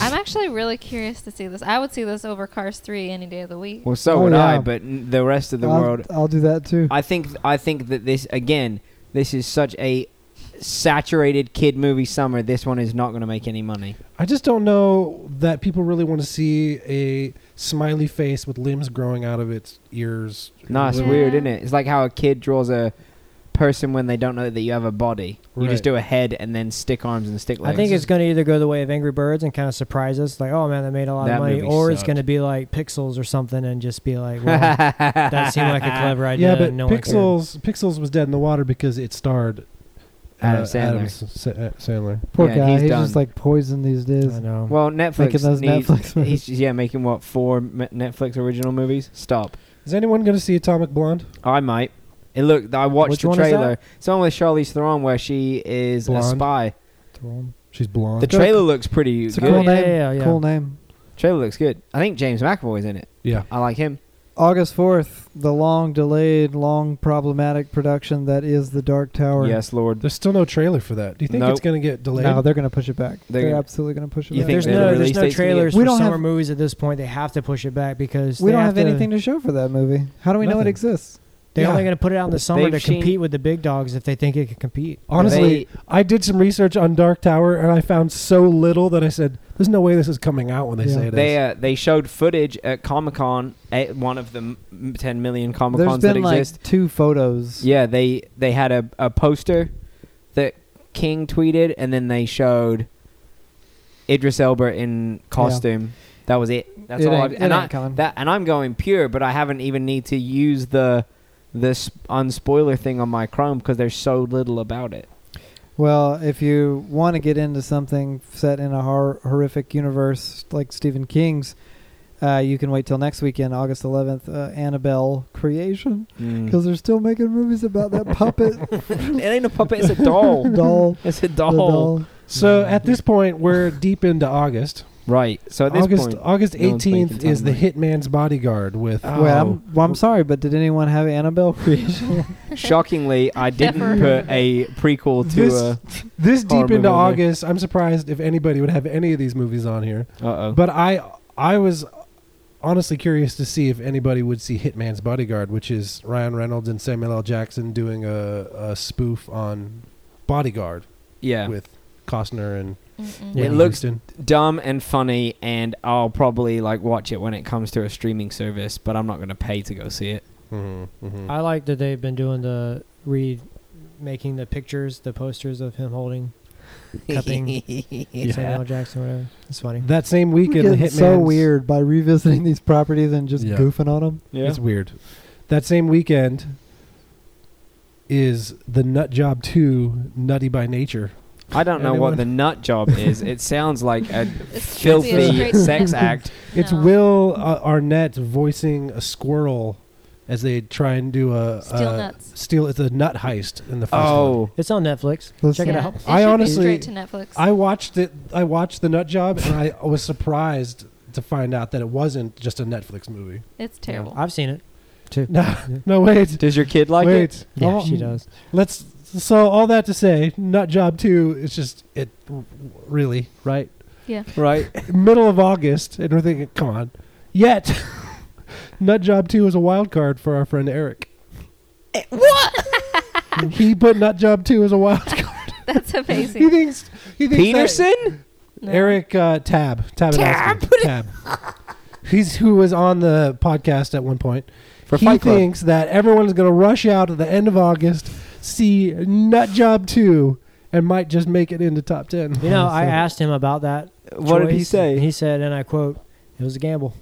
I'm actually really curious to see this. I would see this over Cars 3 any day of the week.
Well, so
Oh,
would I,
yeah.
but n- the rest of the
I'll,
world.
I'll do that too.
I think I think that this again, this is such a saturated kid movie summer. This one is not going to make any money.
I just don't know that people really want to see a smiley face with limbs growing out of its ears.
No, it's
Yeah.
weird, isn't it? It's like how a kid draws a person when they don't know that you have a body. You just
Right.
do a head and then stick arms and stick legs.
I think it's going to either go the way of Angry Birds and kind of surprise us, like, oh man, that made a lot
That
of money,
movie
or it's
sucked.
going to be like Pixels or something and just be like, well, that seemed like a clever idea.
yeah, but
and no one cared.
Pixels Pixels was dead in the water because it starred uh,
Adam Sandler.
S- uh, Sandler.
Poor
Yeah,
guy,
he's
he's,
done.
just like poison these days.
I know.
Well, Netflix
Making those
needs.
Netflix movies.
he's, yeah, making what four me- Netflix original movies? Stop.
Is anyone going to see Atomic Blonde?
I might. And look, I watched
Which
the
one is that?
trailer. It's the one with Charlize Theron where she is
Blonde.
a spy.
She's blonde.
The trailer looks pretty
It's a
good.
cool
Yeah,
name.
yeah, yeah.
Cool name.
Trailer looks good. I think James McAvoy's in it.
yeah.
I like him.
August 4th, the long delayed, long problematic production that is The Dark Tower.
Yes, Lord.
There's still no trailer for that. Do you think
Nope.
it's going to get delayed?
No, they're going to push it back.
They're
They're,
gonna-
absolutely going to push it
You
back.
think
there's
the
no,
release
there's no
date's gonna get-
trailers
We
for
don't
summer
have-
movies at this point. They have to push it back because
we
they
don't have,
to-
anything to show for that movie. How do we know it
Nothing.
exists?
They're
Yeah.
only going to put it out in the summer
They've
to
seen-
compete with the big dogs if they think it can compete.
Honestly,
They-
I did some research on Dark Tower and I found so little that I said, "There's no way this is coming out when they
Yeah.
say it is."
They uh, they showed footage at Comic Con at one of the m- ten million Comic
There's
Cons that
been like
exist.
two photos.
Yeah, they they had a, a poster that King tweeted, and then they showed Idris Elba in costume. That was it. That's
It
all. I,
ain't- it
and I,
ain't coming.
that and I'm going pure, but I haven't even need to use the this unspoiler thing on my Chrome because there's so little about it.
Well, if you want to get into something set in a hor- horrific universe like Stephen King's, uh, you can wait till next weekend, August 11th, uh, Annabelle Creation, because they're still making movies about that puppet
Mm. it ain't a puppet; it's a doll. Oh.
doll.
It's
the
a doll.
doll.
so at this point, we're deep into August.
Right. So at this
August
point,
August
no one's making
18th is the Hitman's Bodyguard with
Wait, I'm, well, I'm sorry, but did anyone have Annabelle Creation?
shockingly, I didn't
Never.
put a prequel to uh,
This-
a.
this
horror
deep
movie
into
on there.
August. I'm surprised if anybody would have any of these movies on here.
Uh oh.
But I I was honestly curious to see if anybody would see Hitman's Bodyguard, which is Ryan Reynolds and Samuel L. Jackson doing a, a spoof on Bodyguard
Yeah.
with Costner and
Mm-mm.
It
Whitney
looks-
Houston.
dumb and funny and I'll probably like watch it when it comes to a streaming service, but I'm not going to pay to go see it.
Mhm,
Mm-hmm,
mhm.
I like that they've been doing the remaking the pictures, the posters of him holding, cupping Samuel L. Jackson, whatever. It's funny.
That same
We're
weekend, the
getting
Hitman's
so weird by revisiting these properties and just
Yeah.
goofing on them.
Yeah.
It's weird. That same weekend is the Nut Job Two Nutty by Nature.
I don't know what
Anyone?
the nut job is. it sounds like a
It's
filthy
straight-
sex act.
It's
Oh.
No.
Will uh, Arnett voicing a squirrel as they try and do a
Steal
a-
nuts.
Steal it's a nut heist in the first one.
Oh.
It's on Netflix.
Let's-
Check it
Yeah,
out.
should
I
be
honestly-
straight to Netflix.
I watched it. I watched the Nut Job, and I was surprised to find out that it wasn't just a Netflix movie.
it's terrible.
I've seen it too.
No, no, wait,
Does your kid like
wait.
it?
Yeah,
Oh,
she does.
Let's. So all that to say, Nut Job Two is just it. Really, right?
Yeah.
Right.
middle of August, and we're thinking, come on. Yet, Nut Job 2 is a wild card for our friend Eric. What? he put Nut Job 2 as a wild card.
That's
He
amazing.
thinks. He thinks that-
Peterson?
No.
Eric uh, Tab. Tab. Tab. Tab. He's who was on the podcast at one point.
For
he
Fight Club.
thinks that everyone is going to rush out at the end of August, see Nut Job 2, and might just make it into top 10.
You know, I
So-
asked him about that.
What did he
choice,
say?
and He said, and I quote, "It was a gamble."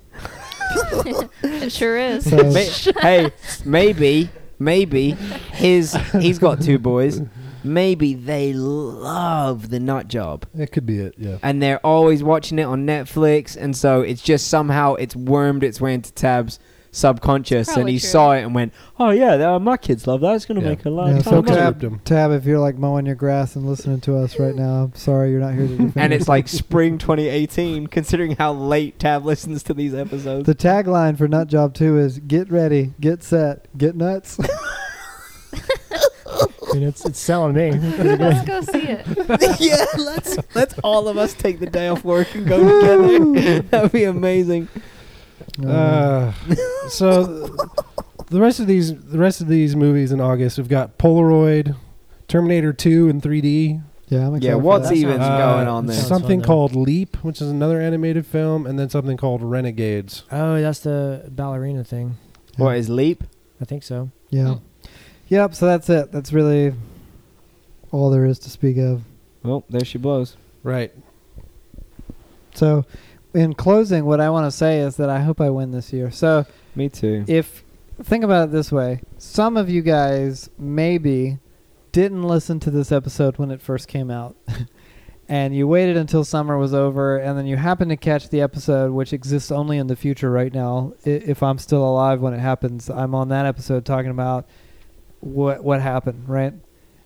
it sure is.
So-
May- hey, maybe, maybe his he's got two boys. Maybe they love the nut job.
That could be it, yeah.
and they're always watching it on Netflix, and so it's just somehow it's wormed its way into Tab's subconscious, and
Probably
he
true.
saw it and went, "Oh yeah, that, my kids love that. It's gonna
Yeah.
make a lot
Yeah,
of
so
fun."
tab,
Tabbed him.
tab, if you're like mowing your grass and listening to us right now, I'm sorry you're not here to defend
and it's
yourself.
like spring 2018, considering how late Tab listens to these episodes.
the tagline for Nut Job 2 is get ready, get set, get nuts.
mean, it's it's selling me.
Let's go see it.
yeah, let's let's all of us take the day off work and go together. That'd be amazing.
Um,
Uh, so th- the rest of these the rest of these movies in August we've got Polaroid, Terminator 2 in 3D,
Yeah, I'm excited.
Yeah,
for
what's
that.
even's
uh,
going on there?
some-
Something
Sounds fun,
called Leap, which is another animated film, and then something called Renegades.
Oh, that's the ballerina thing.
What is Leap?
I think so.
Yeah.
Mm.
Yep. So that's it. That's really
All there is to speak of.
Well, Oh, there she blows.
Right.
so. In closing, what I want to say is that I hope I win this year. So
Me too.
if think about it this way, some of you guys maybe didn't listen to this episode when it first came out. and you waited until summer was over and then you happened to catch the episode which exists only in the future right now. I- If I'm still alive when it happens, I'm on that episode talking about what what happened, right?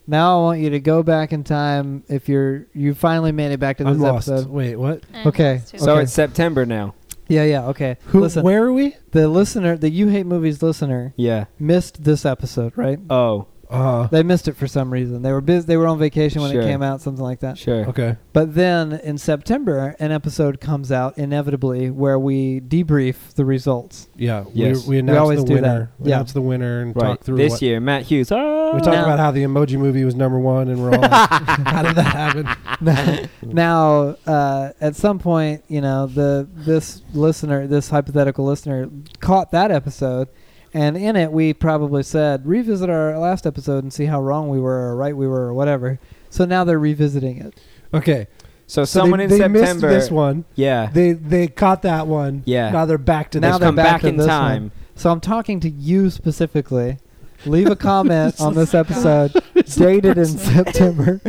Now I want you to go back in time if you're you finally made it back to this
I'm lost.
episode.
Wait, what?
I'm
Okay,
lost too.
So
okay.
it's September now.
Yeah, yeah, okay.
Who?
Listen,
Where are we?
the listener, the You Hate Movies listener
Yeah.
missed this episode, right?
Oh,
Uh,
They missed it for some reason. They were busy. They were on vacation when
Sure.
it came out, something like that.
sure.
Uh, okay.
But then in September, an episode comes out inevitably where we debrief the results.
Yeah.
Yes.
We, we announced
always
the
do that.
winner. We
Yeah.
announced the winner and
Right.
talked through
This
what,
year, Matt Hughes.
We talked
Now-
about how the emoji movie was number one, and we're all like, how did that happen?
Now, uh, at some point, you know, the this listener, this hypothetical listener, caught that episode, and in it, we probably said revisit our last episode and see how wrong we were or right we were or whatever. So now they're revisiting it.
Okay.
So,
So
someone
they,
in
they missed
September.
this one.
Yeah.
They they caught that one.
Yeah.
Now they're back to
Now
this
they're
come
one.
back
back,
to
in
this
time.
So I'm talking to you specifically. Leave a comment on this episode dated in September.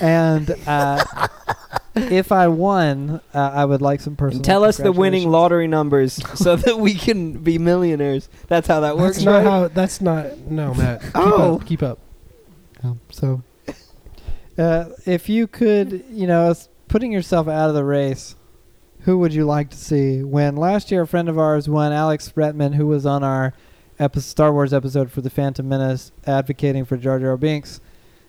And uh, if I won, uh, I would like some personal.
And tell us the winning
congratulations.
lottery numbers so that we can be millionaires. That's how that works,
That's not
right?
how. That's not. No, Matt. Keep
Oh.
Up, keep up.
Yeah, so
Um, Uh, if you could, you know, s- putting yourself out of the race, who would you like to see win? Last year, a friend of ours won, Alex Bretman, who was on our epi- Star Wars episode for The Phantom Menace, advocating for Jar Jar Binks.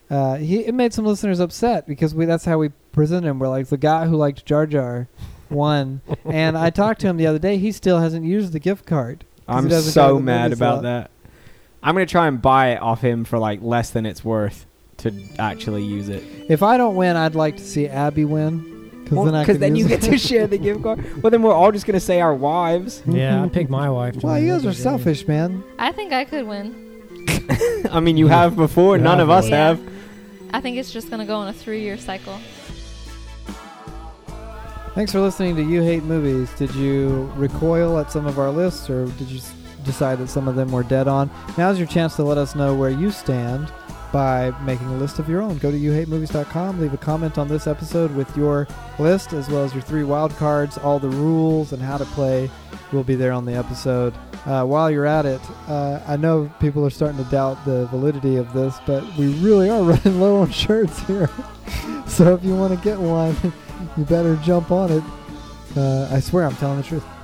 Uh, he it made some listeners upset because we that's how we presented him. We're like the guy who liked Jar Jar won, and I talked to him the other day. He still hasn't used the gift card. 'cause he
I'm
doesn't go to
so
the
mad
movies a lot.
about that. I'm gonna try and buy it off him for like less than it's worth to actually use it.
If I don't win, I'd like to see Abby win because then I
Because
can
then,
use
you
it.
get to share the gift card. Well, then we're all just gonna say our wives.
Yeah, I picked my wife.
Wow, you guys are selfish, man.
I think I could win.
I mean, you have before. None of us
Yeah.
have.
I think it's just gonna go on a three-year cycle.
Thanks for listening to You Hate Movies. Did you recoil at some of our lists, or did you s- decide that some of them were dead on? Now's your chance to let us know where you stand by making a list of your own. Go to youhatemovies.com, leave a comment on this episode with your list, as well as your three wild cards. All the rules and how to play will be there on the episode. Uh, while you're at it, uh, I know people are starting to doubt the validity of this, but we really are running low on shirts here. so if you want to get one, you better jump on it. Uh, I swear I'm telling the truth.